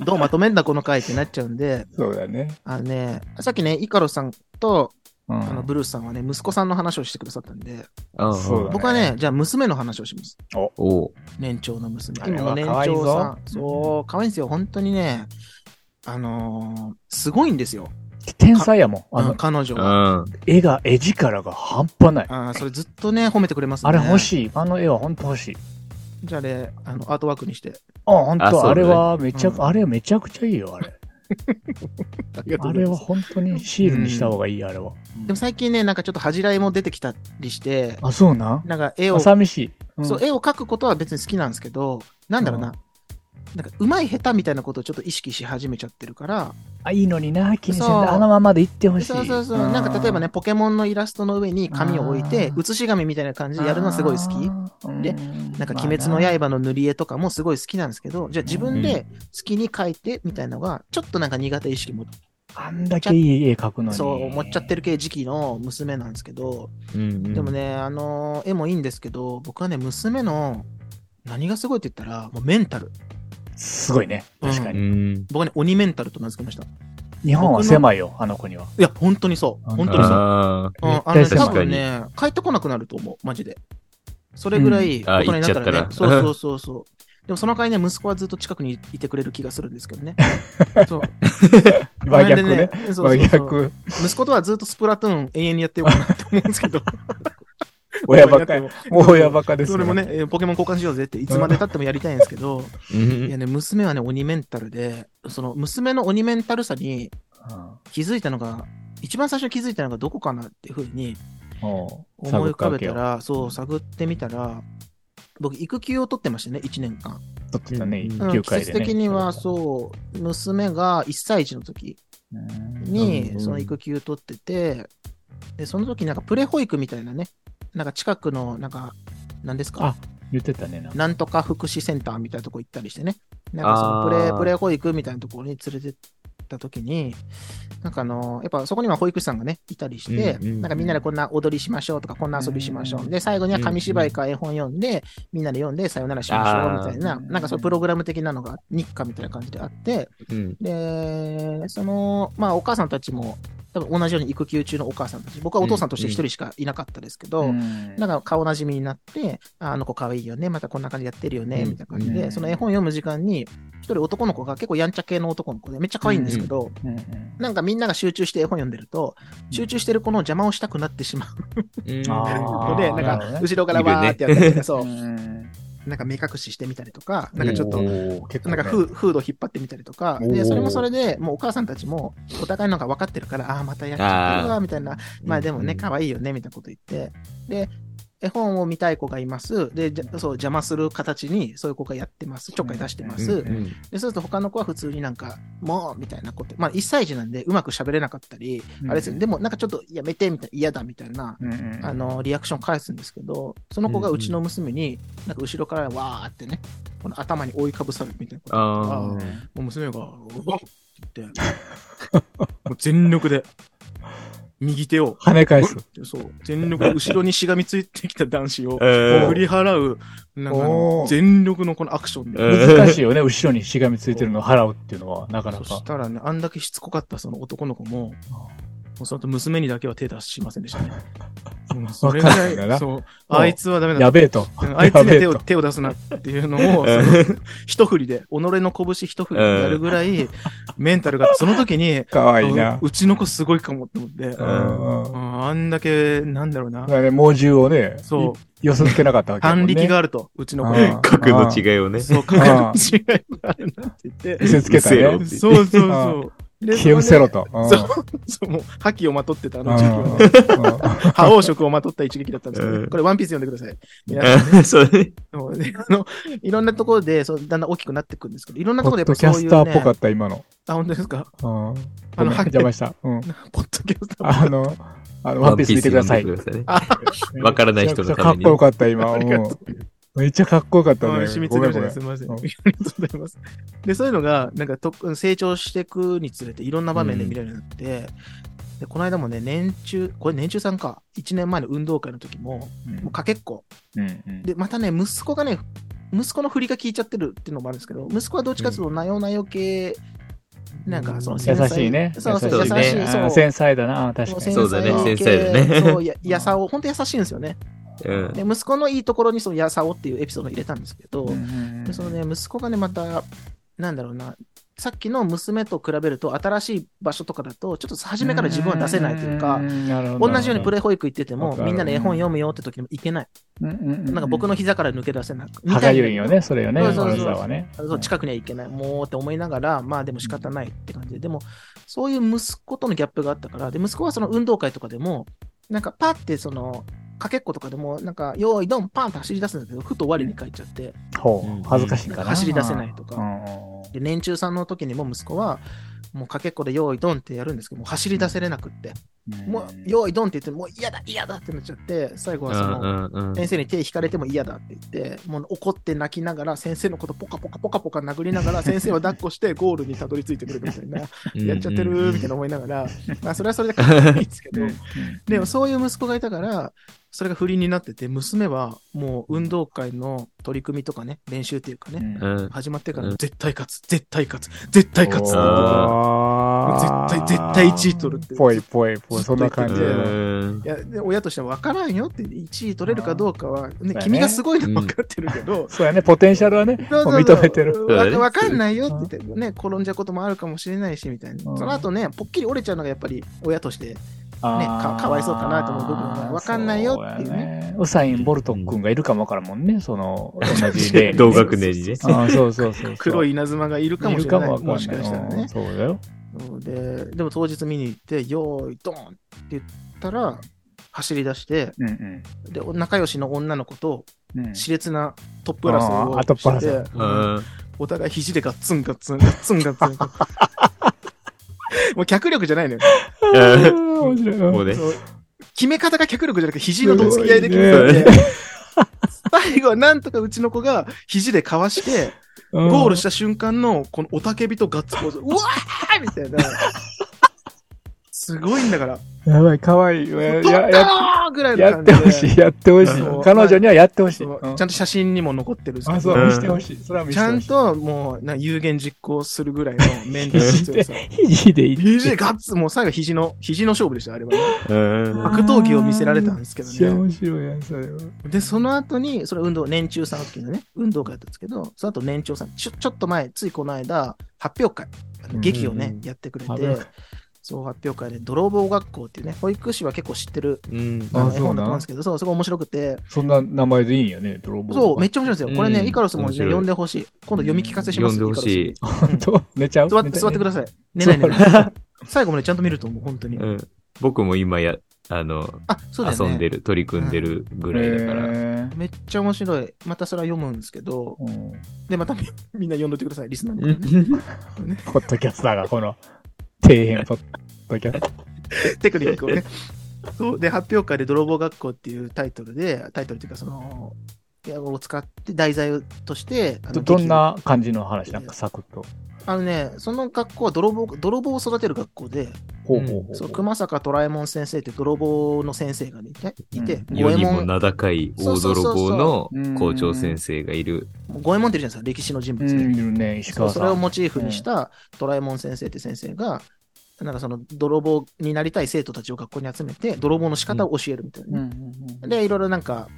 Speaker 2: どうまとめんだこの回ってなっちゃうんで、
Speaker 1: そうだね。
Speaker 2: あのね、さっきね、イカロスさんと、
Speaker 1: う
Speaker 2: あの
Speaker 1: ん。
Speaker 2: ブルースさんはね、息子さんの話をしてくださったんで、
Speaker 3: あ
Speaker 1: そうだね
Speaker 2: 僕はね、じゃあ娘の話をします。
Speaker 3: おう
Speaker 2: 年長の娘。
Speaker 1: あれ
Speaker 2: 今
Speaker 1: は
Speaker 2: の年
Speaker 1: 可愛いぞ
Speaker 2: 長さん。そう、可愛いんですよ。本当にね、あのーすごいんですよ。
Speaker 1: 天才やもん。あ
Speaker 2: うん
Speaker 1: の、
Speaker 2: 彼女
Speaker 3: う
Speaker 2: は。
Speaker 3: ん。
Speaker 1: 絵が、絵力が半端ない。
Speaker 2: あーそれずっとね、褒めてくれますね。
Speaker 1: あれ欲しい。あの絵は本当欲しい。
Speaker 2: じゃあね、あの、アートワークにして。
Speaker 1: あ、本
Speaker 3: あそう
Speaker 1: 当
Speaker 3: だね
Speaker 1: あれはめちゃ
Speaker 2: うん
Speaker 1: く、あれめちゃくちゃいいよ、あれ。
Speaker 2: ありがとう
Speaker 1: あ
Speaker 2: ござい
Speaker 1: れ
Speaker 2: ま
Speaker 1: は
Speaker 2: す。
Speaker 1: 本当にシールにした方がいい、あれは。
Speaker 2: でも最近ね、なんかちょっと恥じらいも出てきたりして、
Speaker 1: あ、そうな。
Speaker 2: なんか絵
Speaker 1: あ
Speaker 2: を、
Speaker 1: 寂しい。うん
Speaker 2: そう、絵を描くことは別に好きなんですけど、なんだろうな。なんか、うまい下手みたいなことをちょっと意識し始めちゃってるから、
Speaker 1: あいいのにな、気にせんで
Speaker 2: そう
Speaker 1: あのままで行ってほしい。
Speaker 2: そうそうそう、なんか例えばね、ポケモンのイラストの上に紙を置いて
Speaker 1: あ、ー
Speaker 2: 写し紙みたいな感じ
Speaker 1: うん、
Speaker 2: でやるのすごい好き。
Speaker 1: き
Speaker 2: でなんか、鬼滅の刃の塗り絵とかもすごい好きなんですけど、じゃあ自分で好きに描いてみたいのが、ちょっとなんか苦手意識も、
Speaker 1: あんだけいい絵描くのに。
Speaker 2: そう思っちゃってる系時期の娘なんですけど、
Speaker 3: うん
Speaker 2: でもね、あのー絵もいいんですけど、僕はね、娘の何がすごいって言ったら、もうメンタル。
Speaker 1: すごいね。確か
Speaker 3: う
Speaker 1: に。
Speaker 3: ん。
Speaker 2: 僕はね、鬼メンタルと名付けました。い
Speaker 1: 日本は狭いよ、あの子には。
Speaker 2: や、本当にそう。本当にそう。
Speaker 3: あ
Speaker 2: うん、
Speaker 1: 絶
Speaker 2: あの
Speaker 1: 対狭い
Speaker 2: ね、多分ね、帰ってこなくなると思う、マジで。それぐらい
Speaker 3: んあ
Speaker 2: 大人になったらね、
Speaker 3: 行っち
Speaker 2: そ
Speaker 3: ゃったら
Speaker 2: うそうそうそう。でもその代わりね、息子はずっと近くにいてくれる気がするんですけどね。そう。
Speaker 1: 真逆ね。
Speaker 2: この辺で。そうそうそう
Speaker 1: 真
Speaker 2: [LAUGHS]
Speaker 1: 逆。
Speaker 2: 息子とはずっとスプラトゥーン永遠にやってようかなって思うんですけど。
Speaker 1: 親ばっかり。
Speaker 2: も
Speaker 1: もう親ばっかです
Speaker 2: [LAUGHS]
Speaker 1: よ
Speaker 2: それもね、えーポケモン交換しようぜって、いつまで経ってもやりたいんですけど、
Speaker 3: ーうん
Speaker 2: いやね、娘はね、鬼メンタルで、その娘の鬼メンタルさに
Speaker 1: うん
Speaker 2: 気づいたのが、一番最初に気づいたのがどこかなっていうふうに
Speaker 1: おう
Speaker 2: 思い浮かべた
Speaker 1: 探ったわ
Speaker 2: ら、そう、探ってみたら、僕、育休を取ってましたね、1年間。
Speaker 1: けよ撮ってたね、
Speaker 3: うん
Speaker 1: 一
Speaker 2: うん
Speaker 1: 級
Speaker 2: 季
Speaker 1: 会で
Speaker 2: 節
Speaker 1: ね。
Speaker 2: 的には、そう、娘が1歳児の時
Speaker 1: うん。
Speaker 3: うんう
Speaker 2: に
Speaker 3: ん
Speaker 2: その育休取ってて、で、その時なんかプレ保育みたいなね、なんか近くの、なんか、何ですか
Speaker 1: あ言ってたね、なんか。
Speaker 2: なんとか福祉センターみたいなとこ行ったりしてね、なんかそのプレ
Speaker 3: あー
Speaker 2: プレ保育みたいなところに連れてった時に、なんかあの、やっぱそこには保育士さんがね、いたりして、
Speaker 3: うんうんうん
Speaker 2: なんかみんなでこんな踊りしましょうとか、こんな遊びしましょう。で、最後には紙芝居か絵本読んで、みんなで読んで、さよならしましょうみたいな、
Speaker 1: あー
Speaker 2: なんかそういうプログラム的なのが日課みたいな感じであって、
Speaker 3: うん。
Speaker 2: で、その、まあ、お母さんたちも、多分同じように育休中のお母さんたち、僕はお父さんとして一人しかいなかったですけど、
Speaker 1: うん
Speaker 2: なんか顔なじみになって、ああの子可愛いよね、またこんな感じでやってるよね、
Speaker 3: うん
Speaker 2: みたいな感じ
Speaker 1: う
Speaker 2: で、
Speaker 1: ん
Speaker 2: その絵本読む時間に、一人男の子が結構やんちゃ系の男の子で、めっちゃ可愛いんですけど、
Speaker 1: うんうん
Speaker 2: なんかみんなが集中して絵本読んでると、集中してる子の邪魔をしたくなってしま
Speaker 3: うん
Speaker 1: あー
Speaker 2: うので、な
Speaker 1: なるほど
Speaker 2: ん
Speaker 1: ね
Speaker 2: か後ろからわーってやったりとか、そ
Speaker 1: [LAUGHS]
Speaker 2: うう、
Speaker 1: ん
Speaker 2: なんか目隠ししてみたりとか、なんかちょっと
Speaker 3: う、
Speaker 1: おー結構
Speaker 2: なん
Speaker 1: ね
Speaker 2: かフーフード引っ張ってみたりとか、
Speaker 1: お
Speaker 2: で、
Speaker 1: ー
Speaker 2: それもそれで、もうお母さんたちも、お互いのが分かってるから、ああー、またやっちゃってるわ、みたいな、まあでもね、可愛いよね、みたいなこと言って。で、絵本を見たい子がいます。で、じゃそう、邪魔する形に、そういう子がやってます。ちょっかい出してま
Speaker 3: うん
Speaker 2: す。
Speaker 1: うん
Speaker 3: うん
Speaker 2: で、そうすると他の子は普通になんか、もう、みたいなこと。まあ、1歳児なんで、うまく喋れなかったり、
Speaker 1: うん
Speaker 2: あれですよね。でも、なんかちょっと、やめて、みたいな、嫌だ、みたいな、
Speaker 1: うんうん
Speaker 2: あの、リアクション返すんですけど、その子がうちの娘に、なんか後ろからわーってね、この頭に覆いかぶさるみたいなこととか
Speaker 3: あー
Speaker 2: もう娘が、うわっって言
Speaker 1: [LAUGHS]
Speaker 2: って、もう全力で、右手を、
Speaker 1: 跳ね返す。
Speaker 2: そう、全力で後ろにしがみついてきた男子を、
Speaker 3: え
Speaker 2: 振り払う、なんかあの
Speaker 1: おー
Speaker 2: 全力のこのアクションで。
Speaker 3: うん
Speaker 1: 難しいよね、後ろにしがみついてるのを払うっていうのは、なかな
Speaker 2: そ
Speaker 1: か
Speaker 2: し。たらね、あんだけしつこかったその男の子も、もうその後娘にだけは手出しませんでしたね。もうそれぐ
Speaker 1: わかるんだ
Speaker 2: ら、
Speaker 1: ない
Speaker 2: そう、あいつはダメだ。
Speaker 1: やべえと。
Speaker 2: あいつに手
Speaker 1: や
Speaker 2: を
Speaker 1: べえと
Speaker 2: 手を出すなっていうのを、その一振りで、己の拳一振りでやるぐらい、メンタルが、その時に、
Speaker 1: かわいいな
Speaker 2: う。うちの子すごいかもって思って、
Speaker 1: う
Speaker 2: うん
Speaker 1: んうん。
Speaker 2: あんだけ、なんだろうな
Speaker 1: だか、らね、猛獣をね、
Speaker 2: そう、
Speaker 1: 寄せつけなかったわけだもん
Speaker 2: 反
Speaker 1: ね。
Speaker 2: 力があると、うちの子
Speaker 1: うん
Speaker 2: に。
Speaker 3: [LAUGHS] 角の違いをね。
Speaker 2: そう、確認違いがあるなって言って
Speaker 1: 見。せつけたね
Speaker 3: 見。せ
Speaker 2: そうそうそう。で
Speaker 1: 気をせろ。と。
Speaker 2: そこでそう、もう、覇気をまとってたあの時期はね、
Speaker 1: う
Speaker 2: 覇王色をまとった一撃だったんですけど
Speaker 3: う
Speaker 2: ね、
Speaker 3: ん
Speaker 2: これワンピース読んでください。皆さん
Speaker 3: あ [LAUGHS] そうね
Speaker 2: そうであの、いろんなところで、そう、だんだん大きくなっていくんですけど、いろんなんと
Speaker 1: ポ
Speaker 2: ころ
Speaker 1: ッ
Speaker 2: で
Speaker 1: ド
Speaker 2: やっ
Speaker 1: キ
Speaker 2: ぱ
Speaker 1: ャ
Speaker 2: そうい
Speaker 1: スタ
Speaker 2: う
Speaker 1: ーっぽか
Speaker 2: ね、
Speaker 1: った、今の。
Speaker 2: あ、本当ですか
Speaker 1: うん。ごめ
Speaker 2: あ
Speaker 1: ん
Speaker 2: の、
Speaker 1: 邪魔した。うん。
Speaker 2: ポッドキャスター。
Speaker 1: あの、あの、ワンピース見てください。
Speaker 3: ワンピース読んでくださ
Speaker 1: わ
Speaker 3: わからない人のために
Speaker 1: かっこよかった、今。
Speaker 2: ありがとう
Speaker 1: うんめっちゃかっこよかった
Speaker 2: う
Speaker 1: ね。
Speaker 2: ん染みつ
Speaker 1: ご
Speaker 2: いて
Speaker 1: め
Speaker 2: る
Speaker 1: ん
Speaker 2: じ
Speaker 1: ごめ
Speaker 2: ゃない
Speaker 1: ん
Speaker 2: す。みま
Speaker 1: うん
Speaker 2: せん。ありがとうございます。で、そういうのが、なんかと、成長していくにつれて、いろんな場面で見られるようになって、で、この間もね、年中、これ年中さんか、1年前の運動会の時も、もうかけっこ。
Speaker 1: うんうん
Speaker 2: で、またね、息子がね、息子の振りが効いちゃってるっていうのもあるんですけど、息子はどっちかというと、なよなよ系、なんか、その、繊
Speaker 1: 優
Speaker 2: 細
Speaker 1: しいね。
Speaker 2: そうそう、
Speaker 3: 優
Speaker 2: 優
Speaker 3: しい
Speaker 2: し
Speaker 3: ね
Speaker 2: い、
Speaker 1: あー
Speaker 2: そう。
Speaker 1: 繊細だな、確かに。
Speaker 3: そうだね繊
Speaker 2: 繊
Speaker 3: 細だね
Speaker 2: 系そう、や、やさを、本当優しいんですよね。
Speaker 3: うん
Speaker 2: で、息子のいいところに、その、やさをっていうエピソードを入れたんですけど、
Speaker 1: うんうんうん
Speaker 2: でそのね、息子がね、また、なんだろうな、さっきの娘と比べると、新しい場所とかだと、ちょっと初めから自分は出せないというか、同じようにプレイ保育行ってて
Speaker 1: わ
Speaker 2: も、
Speaker 1: かる
Speaker 2: みんなで絵本読むよって時にも行けない。
Speaker 1: な
Speaker 2: なんか僕の膝から抜け出せない。
Speaker 1: 歯がゆいよね、それよね、
Speaker 2: そ
Speaker 1: マ
Speaker 2: うそう
Speaker 1: ル
Speaker 2: そう
Speaker 1: サはね。
Speaker 2: そう近くには行けない、もうって思いながら、まあでも仕方ないって感じで、でも、そういう息子とのギャップがあったから、で、息子はその運動会とかでも、なんかパってその、かけっことかでも、なんか、よーい、ドン、パンって走り出すんだけど、ふと我に返っちゃって、
Speaker 1: ほ
Speaker 3: うん
Speaker 1: う、恥ずかしいから。
Speaker 2: 走り出せないとか
Speaker 1: うんうんうん
Speaker 2: で、年中さんの時にも息子は、もうかけっこでよーい、ドンってやるんですけど、もう走り出せれなくって、もう、よーい、ドンって言って、もう嫌だ、嫌だってなっちゃって、最後
Speaker 3: う
Speaker 2: はその、
Speaker 3: んうんうん。
Speaker 2: 先生に手引かれても嫌だって言って、もう怒って泣きながら、先生のことポカポカポカポカ殴りながら、先生を抱っこしてゴールにたどり着いてくるみたいな、やっちゃってるみたいな思いながら、まあそれはそれでかっこいいんですけど
Speaker 1: うん、
Speaker 2: でもそういう息子がいたから、それが不倫になってて、娘はもう運動会の取り組みとかね、練習っていうか
Speaker 1: う
Speaker 2: ね、
Speaker 1: ん
Speaker 3: うんうん。
Speaker 2: 始まってから絶対勝つ、絶対勝つ、絶対勝つ、
Speaker 3: おー
Speaker 1: あー
Speaker 2: 絶対絶対一位取るって
Speaker 1: ぽいぽいぽい、そんな感
Speaker 3: う
Speaker 1: じ
Speaker 2: ずっと
Speaker 1: だ
Speaker 2: 言って
Speaker 1: よ
Speaker 2: る
Speaker 1: ね。
Speaker 3: ん
Speaker 2: いやで親としては分からんよって、1位取れるかどうかは、
Speaker 1: う
Speaker 2: ね
Speaker 1: だね
Speaker 2: 君がすごいのは分かってるけど、
Speaker 1: そうやね、ポテンシャルはね、
Speaker 2: そう
Speaker 1: [LAUGHS] も
Speaker 2: そう
Speaker 1: う
Speaker 2: そう
Speaker 1: 認めてる。
Speaker 2: わ
Speaker 3: うん
Speaker 2: わかんないよって言って、ね、転んじゃうこともあるかもしれないし、みたいな。
Speaker 1: うん
Speaker 2: その後ね、ぽっきり折れちゃうのがやっぱり親として、
Speaker 1: あー
Speaker 2: かかわいそうかなと思う部分はわかんないよっていうね
Speaker 1: そやウサイン・ボルト君がいるかもわからんもんね、その、同
Speaker 2: [LAUGHS]
Speaker 1: じ例
Speaker 3: 同学年にね。
Speaker 1: あーそうそうそうそう。
Speaker 2: 黒い稲妻がいるかもしれない。
Speaker 1: わかんない
Speaker 2: もしかしたら
Speaker 1: うん
Speaker 2: ね。
Speaker 1: そうだよ。
Speaker 2: そうで、でも当日見に行って、よーい、ドーンって言ったら、走り出して、
Speaker 1: うんうん
Speaker 2: で、仲良しの女の子と、
Speaker 1: うん。
Speaker 2: 熾烈なトップ争い
Speaker 1: あー
Speaker 2: を
Speaker 1: トップ
Speaker 2: し
Speaker 1: 争い
Speaker 2: て、
Speaker 3: うん
Speaker 2: お互い肘でガッツンガッツン、ガッツンガッツン。もう脚力じゃないのよ。
Speaker 1: 面白い。
Speaker 3: もうね。
Speaker 2: そう決め方が脚力じゃなくて、肘のどつき合いで決めたん
Speaker 3: す
Speaker 2: で、最後はなんとかうちの子が肘でかわして、
Speaker 1: うん
Speaker 2: ゴールした瞬間の、このおたけびとガッツポーズ、うわーみたいな。すごいんだから、
Speaker 1: やばい、かわいい。や
Speaker 2: どっ
Speaker 1: やや
Speaker 2: かーぐらいの
Speaker 1: やっ
Speaker 2: 感
Speaker 1: て
Speaker 2: じで。
Speaker 1: ほしい、やってほしい
Speaker 2: そう。
Speaker 1: 彼女にはやってほしい。
Speaker 2: そう
Speaker 1: うん
Speaker 2: ちゃんと写真にも残ってるんです
Speaker 1: あ、
Speaker 2: け
Speaker 1: そ
Speaker 2: ど、
Speaker 3: う
Speaker 1: う、
Speaker 3: ん
Speaker 1: 見せてほしい。それは見
Speaker 2: ち
Speaker 1: せて
Speaker 2: ゃ
Speaker 1: ほ
Speaker 2: ん
Speaker 1: しい。
Speaker 2: ともうな有言実行するぐらいの面倒強 [LAUGHS] さ。
Speaker 1: 肘でいい。
Speaker 2: 肘でガッツ、もう最後肘の、肘の勝負でした、あれはね、
Speaker 3: うん
Speaker 2: 格闘技を見せられたんですけどね
Speaker 1: めっちゃ面白いやん、それは。
Speaker 2: で、その後に、それ運動、年中さんの時のね、運動会だったんですけど、その後年長さん、ちょちょっと前、ついこの間、発表会、あの劇をね、やってくれて
Speaker 1: 発表、
Speaker 2: そう、発表会で、泥棒学校っていうね、保育士は結構知ってる
Speaker 3: うん
Speaker 2: あ
Speaker 1: あ
Speaker 2: の絵
Speaker 1: そう
Speaker 2: 本
Speaker 1: なん
Speaker 2: だと思うんですけど、そう、すごい面白くて、
Speaker 1: そんな名前でいいんよね、泥棒。
Speaker 2: そう、めっちゃ面白いですよ。これ
Speaker 3: う
Speaker 2: ね、
Speaker 3: ん
Speaker 2: イカロスもね、
Speaker 3: 面白い
Speaker 2: 読んでほしい。今度読み聞かせします
Speaker 3: 読んでほしい
Speaker 2: イカロ
Speaker 1: [LAUGHS]
Speaker 2: ス [LAUGHS] うん
Speaker 1: と寝ちゃう
Speaker 2: 座って座ってく
Speaker 1: だ
Speaker 2: ださい。寝ない寝ない。 [LAUGHS] 最後までちゃんと見ると思う、本当に。
Speaker 3: うん僕も今や、あの、
Speaker 2: あ、そうだよね。
Speaker 3: 遊んでる、取り組んでるぐらいだから。
Speaker 2: めっちゃ面白い。またそれは読むんですけど、で、またみ [LAUGHS] みんな読んどいてください、リスナーの方ね
Speaker 3: [LAUGHS]
Speaker 1: ポッドキャスターがこの底辺ポッドキャスター。
Speaker 2: [LAUGHS] テクニックをね。そうで、発表会で泥棒学校っていうタイトルで、タイトルというかその、いやを使って、題材として、あの
Speaker 1: どどんな感じの話なんかサクッと。
Speaker 2: 劇をあのね、その学校は泥棒、泥棒を育てる学校で、
Speaker 1: ほうほうほう。
Speaker 2: そう熊坂虎右衛門先生って泥棒の先生がいて、いて
Speaker 1: う
Speaker 2: 五
Speaker 3: 世
Speaker 2: 右衛
Speaker 3: にも
Speaker 2: 門、
Speaker 3: 名高い大泥棒の校長先生がいる。
Speaker 2: 五右衛門っているじゃないですか、歴史の人
Speaker 1: う
Speaker 2: 物
Speaker 1: ん、
Speaker 2: で。
Speaker 1: いるね、石
Speaker 2: そう
Speaker 1: 川
Speaker 2: そ
Speaker 1: さ
Speaker 2: れを
Speaker 1: ん。
Speaker 2: モチーフにしたドラえもん先生って先生が、なんかその泥棒になりたい生徒たちを学校に集めて、泥棒の仕方を教えるみたいなね、で、いろいろなんか、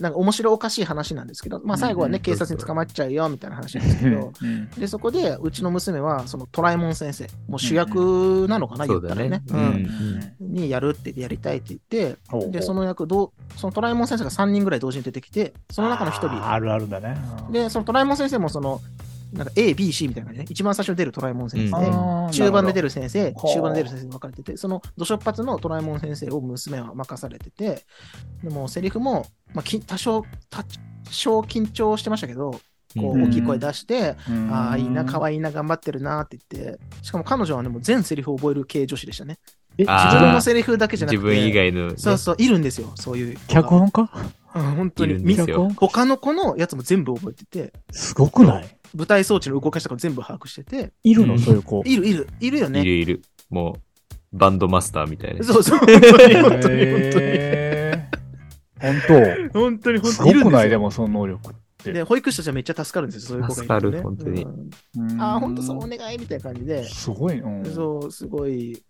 Speaker 2: なんか面白おかしい話なんですけど、まあ最後は
Speaker 1: うんう
Speaker 2: ね、
Speaker 1: ん
Speaker 2: 警察に捕まっちゃうよみたいな話なんですけど、で、そこで、うちの娘は、そのトラえもん先生、もう主役なのかな、
Speaker 3: そ
Speaker 2: 言っ
Speaker 3: う
Speaker 2: た
Speaker 3: だね
Speaker 2: らね。。
Speaker 3: う
Speaker 2: うん
Speaker 3: ん。
Speaker 2: にやるってやりたいって言って、
Speaker 1: ほうほう
Speaker 2: で、その役、どうそのトラえもん先生が3人ぐらい同時に出てきて、その中の1人、
Speaker 1: あーあるあるだね。
Speaker 2: で、そのトラえもん先生もその、なんか A、B、C みたいな感じで、ね、一番最初に出るトラえもん先生、
Speaker 3: うん
Speaker 2: 中盤で出
Speaker 1: る
Speaker 2: る先生、
Speaker 1: ほう
Speaker 2: 中盤で出る先生に分かれてて、その、どしょっぱつのトラえもん先生を娘は任されてて、でも、セリフも、まあ、き多少、多少緊張してましたけど、こ
Speaker 1: う
Speaker 2: う、
Speaker 1: ん
Speaker 2: 大きい声出して、
Speaker 1: ほど。うん
Speaker 2: ああ、いいな、可愛いな、頑張ってるなって言って、しかも彼女はね、もう全セリフを覚える系女子でしたね。
Speaker 1: え
Speaker 3: あー
Speaker 2: 自分のセリフだけじゃなく
Speaker 3: 自
Speaker 2: て、
Speaker 3: 分以外のね。
Speaker 2: そうそう、いるんですよ、そういう。
Speaker 1: 脚本か
Speaker 2: うん本当
Speaker 3: いる
Speaker 2: に。
Speaker 3: んですよ
Speaker 1: 脚本
Speaker 2: 他の子のやつも全部覚えてて、
Speaker 1: すごくない
Speaker 2: 舞台装置の動かしとかも全部把握してて、
Speaker 1: いるの、
Speaker 3: うん
Speaker 1: そういう子。
Speaker 2: いるいる、いるよ
Speaker 3: いる
Speaker 2: ね。
Speaker 3: いる。もう、バンドマスターみたいな。
Speaker 2: そうそう、本当に本当に本当に。
Speaker 1: へー本
Speaker 2: 本当に
Speaker 1: 当。
Speaker 2: 本
Speaker 1: す
Speaker 2: 当に
Speaker 1: ご
Speaker 2: いるん
Speaker 1: く
Speaker 2: で
Speaker 1: な
Speaker 2: す
Speaker 1: いで
Speaker 2: よ。
Speaker 1: も、その能力。て
Speaker 2: で、保育士たちはめっちゃ助かるんですよ、そういう子がいると、ね。
Speaker 3: 助かる本当に
Speaker 2: うん
Speaker 1: うん
Speaker 2: ああ、本当そう、お願いみたいな感じで、
Speaker 1: すごい。うん
Speaker 2: そう、すごい。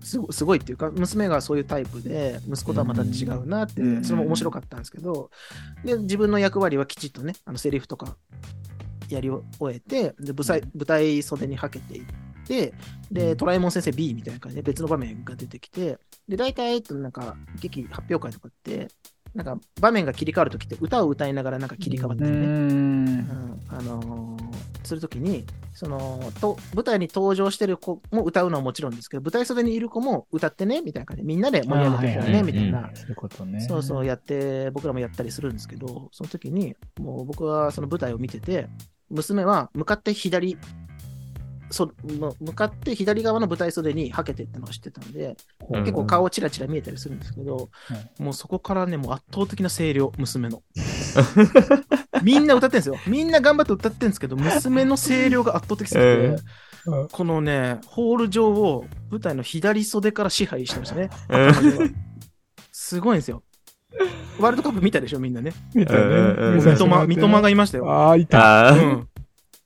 Speaker 2: すごすごいっていうか娘がそういうタイプで息子とはまた違うなって、
Speaker 1: うん
Speaker 2: それも面白かったんですけどで自分の役割はきちっとねあのセリフとかやり終えて、で舞台舞台袖にはけていって、で、トラえもん先生 B みたいな感じで別の場面が出てきて、で、大体、えっとなんか、劇発表会とかって、なんか場面が切り替わるときって歌を歌いながらなんか切り替わって
Speaker 1: う
Speaker 2: るね。
Speaker 1: ん。
Speaker 2: うんあのーするときにそのと舞台に登場してる子も歌うのはもちろんですけど舞台袖にいる子も歌ってねみたいな感じでみんなで盛り上げていこう
Speaker 3: あ
Speaker 2: ね
Speaker 3: ー
Speaker 2: みたいな、
Speaker 1: そういうことね。。
Speaker 2: そうそううやって僕らもやったりするんですけどその時にもう僕はその舞台を見てて娘は向かって左そむ向かって左側の舞台袖にはけてってのを知ってたんで
Speaker 3: うん
Speaker 2: 結構顔ちらちら見えたりするんですけど、もうそこからねもう圧倒的な声量娘の [LAUGHS] みんな歌ってんですよみんな頑張って歌ってんですけど娘の声量が圧倒的すぎて、
Speaker 3: え
Speaker 1: うん
Speaker 2: このねホール上を舞台の左袖から支配してましたね
Speaker 3: うん
Speaker 2: すごいんですよワールドカップ見たでしょみんなね
Speaker 1: 見たね
Speaker 3: うんうんうん
Speaker 2: 三笘三笘がいましたよ、
Speaker 1: ああ、いた。
Speaker 3: あ
Speaker 2: う
Speaker 3: ー
Speaker 2: ん、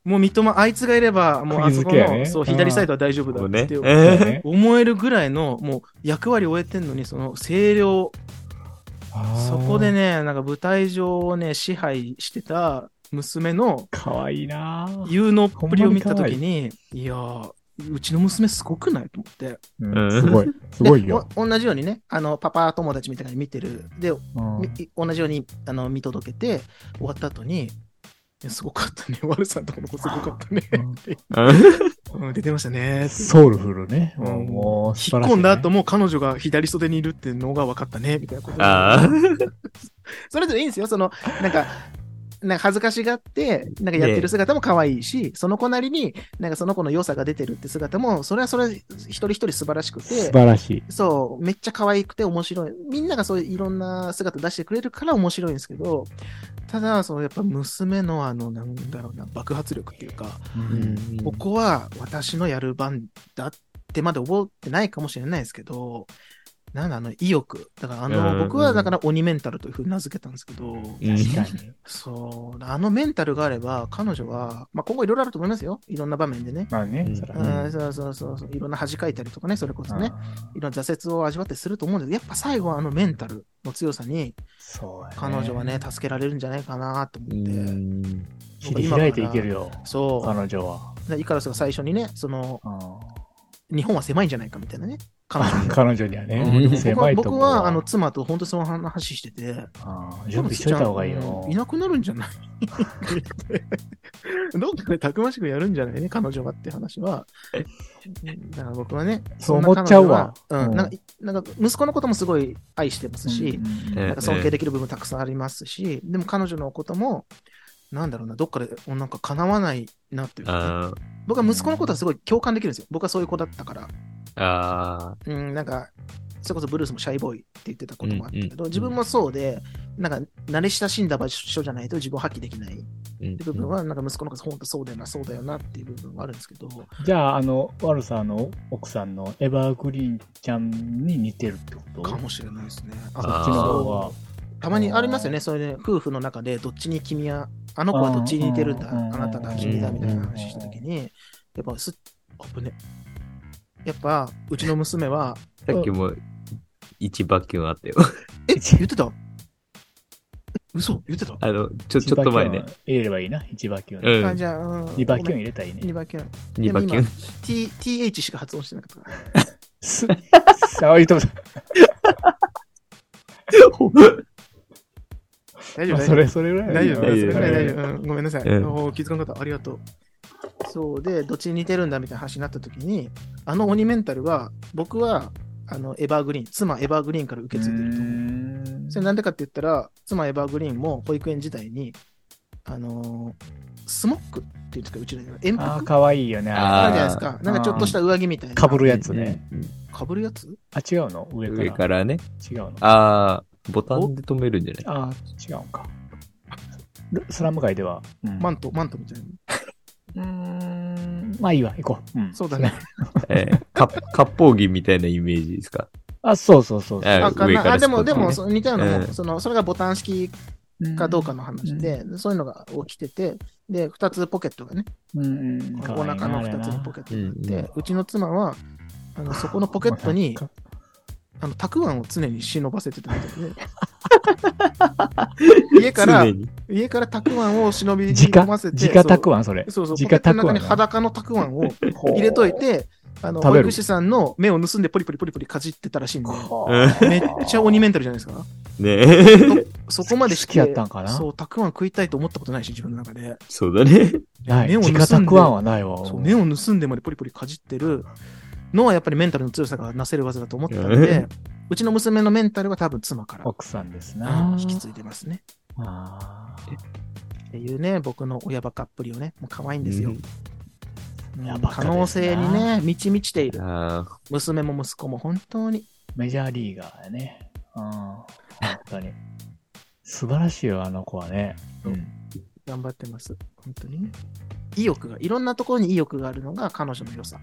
Speaker 2: もう三笘あいつがいればもうあそ
Speaker 1: 釘付
Speaker 2: こ
Speaker 1: けや
Speaker 2: の、
Speaker 1: ね
Speaker 2: そう左サイドは大丈夫だ
Speaker 3: もう
Speaker 2: っ
Speaker 3: ね
Speaker 2: ていう。
Speaker 1: そう
Speaker 3: え
Speaker 1: ね
Speaker 2: 思えるぐらいのもう役割を終えてんのにその声量
Speaker 1: あー
Speaker 2: そこで。ねなんか舞台上をね支配してた娘の
Speaker 1: かわいいなぁ
Speaker 2: 有能っぷりを見た時にいやーうちの娘すごくないと思って
Speaker 1: うんすごい。すごい
Speaker 2: [LAUGHS]
Speaker 1: よ。
Speaker 2: でお同じようにねあのパパ友達みたいなの見てるで、
Speaker 1: うん
Speaker 2: み同じようにあの見届けて終わった後にいやすごかったね、ワルさんとこの子すごかったね。
Speaker 1: [LAUGHS]
Speaker 2: うん、出てましたねって。
Speaker 1: ソウルフルね。
Speaker 2: うん
Speaker 1: もうもう、素晴
Speaker 2: 引っ
Speaker 1: らしいね。
Speaker 2: 込んだ後も彼女が左袖にいるっていうのが分かったねみたいなこと
Speaker 3: あー
Speaker 2: [LAUGHS] それぞれいいんですよそのなんかなんか恥ずかしがってなんかやってる姿も可愛いし、その子なりになんかその子の良さが出てるって姿もそれはそれ一人一人素晴らしく
Speaker 1: 素
Speaker 2: て
Speaker 1: 晴らしい。
Speaker 2: そうめっちゃ可愛くて面白いみんながそういういろんな姿出してくれるから面白いんですけどただそのやっぱ娘のあのなんだろうな爆発力っていうかここは私のやる番だってまで思ってないかもしれないですけど、なんだ、あの、意欲。だから、あ
Speaker 3: うんうん
Speaker 2: の、僕はだから鬼メンタルというふうに名付けたんですけど、
Speaker 3: うん
Speaker 1: 確かに。
Speaker 2: そう、あのメンタルがあれば、彼女は、まあ、今後いろいろあると思いますよ。いろんな場面でね。
Speaker 1: まあね、そら
Speaker 3: うん
Speaker 2: うん、そうそうそうそう、いろんな恥かいたりとかね、それこそね、
Speaker 1: あー
Speaker 2: いろんな挫折を味わってすると思うんですけど、やっぱ最後はあのメンタルの強さに、
Speaker 1: そうやね
Speaker 2: 彼女はね、助けられるんじゃないかなと思
Speaker 3: う
Speaker 2: って、
Speaker 3: ん
Speaker 1: 切り開いていけるよ、
Speaker 2: そ
Speaker 1: 彼女は。
Speaker 2: う、でイカロスが最初にね、その、
Speaker 1: う
Speaker 2: 日本は狭いんじゃないかみたいなね、彼女に
Speaker 1: ん彼女には
Speaker 3: うん
Speaker 1: ね、
Speaker 2: 僕
Speaker 1: 狭
Speaker 2: はい
Speaker 1: と
Speaker 2: 僕
Speaker 1: 思う
Speaker 2: は
Speaker 1: わ。
Speaker 2: あの妻と本当にその話してて、
Speaker 1: あー準備しといた方がいいよ
Speaker 2: うん。いなくなるんじゃない [LAUGHS] どっかでたくましくやるんじゃないね、彼女がって話は。だから僕はね、
Speaker 1: そう
Speaker 2: そんな
Speaker 1: 思っちゃうわ
Speaker 2: 彼女はうん
Speaker 1: うん
Speaker 2: なんかなんか息子のこともすごい愛してますし、
Speaker 1: うん
Speaker 3: え
Speaker 2: なんか尊敬できる部分たくさんありますし、でも彼女のことも、なんだろうな、どっかでなんか叶わないなっていうか、
Speaker 3: あー
Speaker 2: 僕は息子のことはすごい共感できるんですよ。僕はそういう子だったから。
Speaker 3: あ
Speaker 2: うん、なんか、それこそブルースもシャイボーイって言ってたこともあったけど、
Speaker 3: うんうん
Speaker 2: 自分もそうで、なんか、慣れ親しんだ場所じゃないと自分を発揮できないって
Speaker 3: ーうん
Speaker 2: 部分は、なんか息子の方が本当そうだよな、そうだよなっていう部分はあるんですけど、
Speaker 1: じゃあ、あの、ワルサーの奥さんのエバーグリーンちゃんに似てるってこと
Speaker 2: かもしれないですね。あ
Speaker 1: そっち
Speaker 3: れ
Speaker 1: の
Speaker 3: ない
Speaker 1: 方は
Speaker 2: そう。たまにありますよね、それで、夫婦の中で、どっちに君は、あの子はどっちに似てるんだ、あ
Speaker 1: うんうん
Speaker 2: なただ、君だ、みたいな話したときに、やっぱす、あぶね。やっぱ、うちの娘は、
Speaker 3: さっきも一バキュンあったよ。 [LAUGHS]
Speaker 2: え、言ってた嘘言ってた、
Speaker 3: あの、ちょ、ちょっと前ね
Speaker 1: 一。馬券入れればいいな、一馬券。
Speaker 3: う
Speaker 2: あ
Speaker 3: ん
Speaker 2: じ。ゃあ、うん
Speaker 1: 二馬券入れたらいいね。
Speaker 2: 2番キュン。
Speaker 3: 二バキ [LAUGHS] ュン。
Speaker 2: T、TH しか発音してなかったから。
Speaker 1: す [LAUGHS] あ、言っても
Speaker 2: 大丈
Speaker 1: ま
Speaker 2: 夫
Speaker 1: あそ
Speaker 2: 大丈夫。
Speaker 1: れ、それぐらい。
Speaker 2: 大丈夫、
Speaker 3: 大丈
Speaker 2: 大
Speaker 3: 夫
Speaker 2: 丈夫、大
Speaker 1: 大
Speaker 2: 丈夫。うんごめんなさい。
Speaker 3: うん
Speaker 2: おー気づかなかった。ありがとう。そうで、どっちに似てるんだみたいな話になった時に、あの鬼メンタルは、僕は、あの、エバーグリーン、妻エバーグリーンから受け継いでると思う。それなんでかって言ったら、妻エバーグリーンも保育園時代に、あのースモックっていうんですか、うちらでは。遠服
Speaker 1: あ
Speaker 2: あ
Speaker 1: あ、
Speaker 2: る
Speaker 1: かわいいよね。
Speaker 3: あー
Speaker 2: じゃないですか。なんかちょっとした上着みたいな。
Speaker 1: かぶるやつね。
Speaker 3: うん
Speaker 2: かぶるやつ
Speaker 1: あ、違うの上から。
Speaker 3: 上からね。
Speaker 1: 違うのあ
Speaker 3: ああ、ボタンで止めるんじゃない
Speaker 1: あー、違うんか。ルスラム街では。うん
Speaker 2: マント、マントみたいな。
Speaker 1: うーんまあいいわ、行こう。うん
Speaker 2: そうだね。
Speaker 3: ええ、か割烹着みたいなイメージですか。
Speaker 1: あ、そうそうそうそう。
Speaker 3: え
Speaker 2: あか
Speaker 3: 上
Speaker 2: な
Speaker 3: から
Speaker 2: あでも、でも、
Speaker 3: ス
Speaker 2: そ似たようなもん、
Speaker 3: うん
Speaker 2: その、それがボタン式かどうかの話で、そういうのが起きてて、で、2つポケットがね、
Speaker 1: うん。うん
Speaker 2: お腹の2つにポ
Speaker 1: ケ
Speaker 2: ケットがあって、うちの妻は、 [LAUGHS] あのそこのポケットに、あの、たくあんを常に忍ばせてたみたいで、家から
Speaker 3: 常、に。
Speaker 2: 家からたくあんを忍びに
Speaker 1: 直
Speaker 2: 込ませて、
Speaker 1: 直た
Speaker 2: あ
Speaker 1: くあん、それ
Speaker 2: ん。。そうそう、
Speaker 1: 直
Speaker 2: ポケット
Speaker 1: た
Speaker 2: の
Speaker 1: くあんな
Speaker 2: 中に裸のたくあんを入
Speaker 5: 入
Speaker 2: れとい、て、あの、
Speaker 1: 食べる
Speaker 2: 保育士さんの目を盗んでポリポリポリポリかじってたらし
Speaker 1: [LAUGHS]
Speaker 2: いんで、めっちゃ鬼メンタルじゃないですか。
Speaker 3: ねえ。
Speaker 1: [LAUGHS]
Speaker 2: そこまでして
Speaker 1: 好きやったんかな
Speaker 2: そう、たくあん食いたいと思ったことないし、自分の中で。
Speaker 3: そうだね。
Speaker 1: ない。
Speaker 2: 目を盗んで
Speaker 1: 直たくあんはないわ。
Speaker 2: そう目を盗んでまでポリポリかじってるのはやっぱりメンタルの強さがなせる技だと思ったので、うちの娘のメンタルは多分妻から
Speaker 1: 奥さんです
Speaker 2: う。
Speaker 1: なん
Speaker 2: 引き継いでますね。
Speaker 1: あー
Speaker 2: っていうね、僕の親バカっぷりをね、もう可愛いんですよ。うん
Speaker 1: 親バカ
Speaker 2: 可
Speaker 1: ですな
Speaker 2: 能性にね、満ち満ちている。
Speaker 3: ああ、
Speaker 2: 娘も息子も本当に。
Speaker 1: メジャーリーガーやね。うん。本当に。素晴らしいよ、あの子はね。
Speaker 2: 頑張ってます。本当にね。意欲が、いろんなところに意欲があるのが彼女の良さ。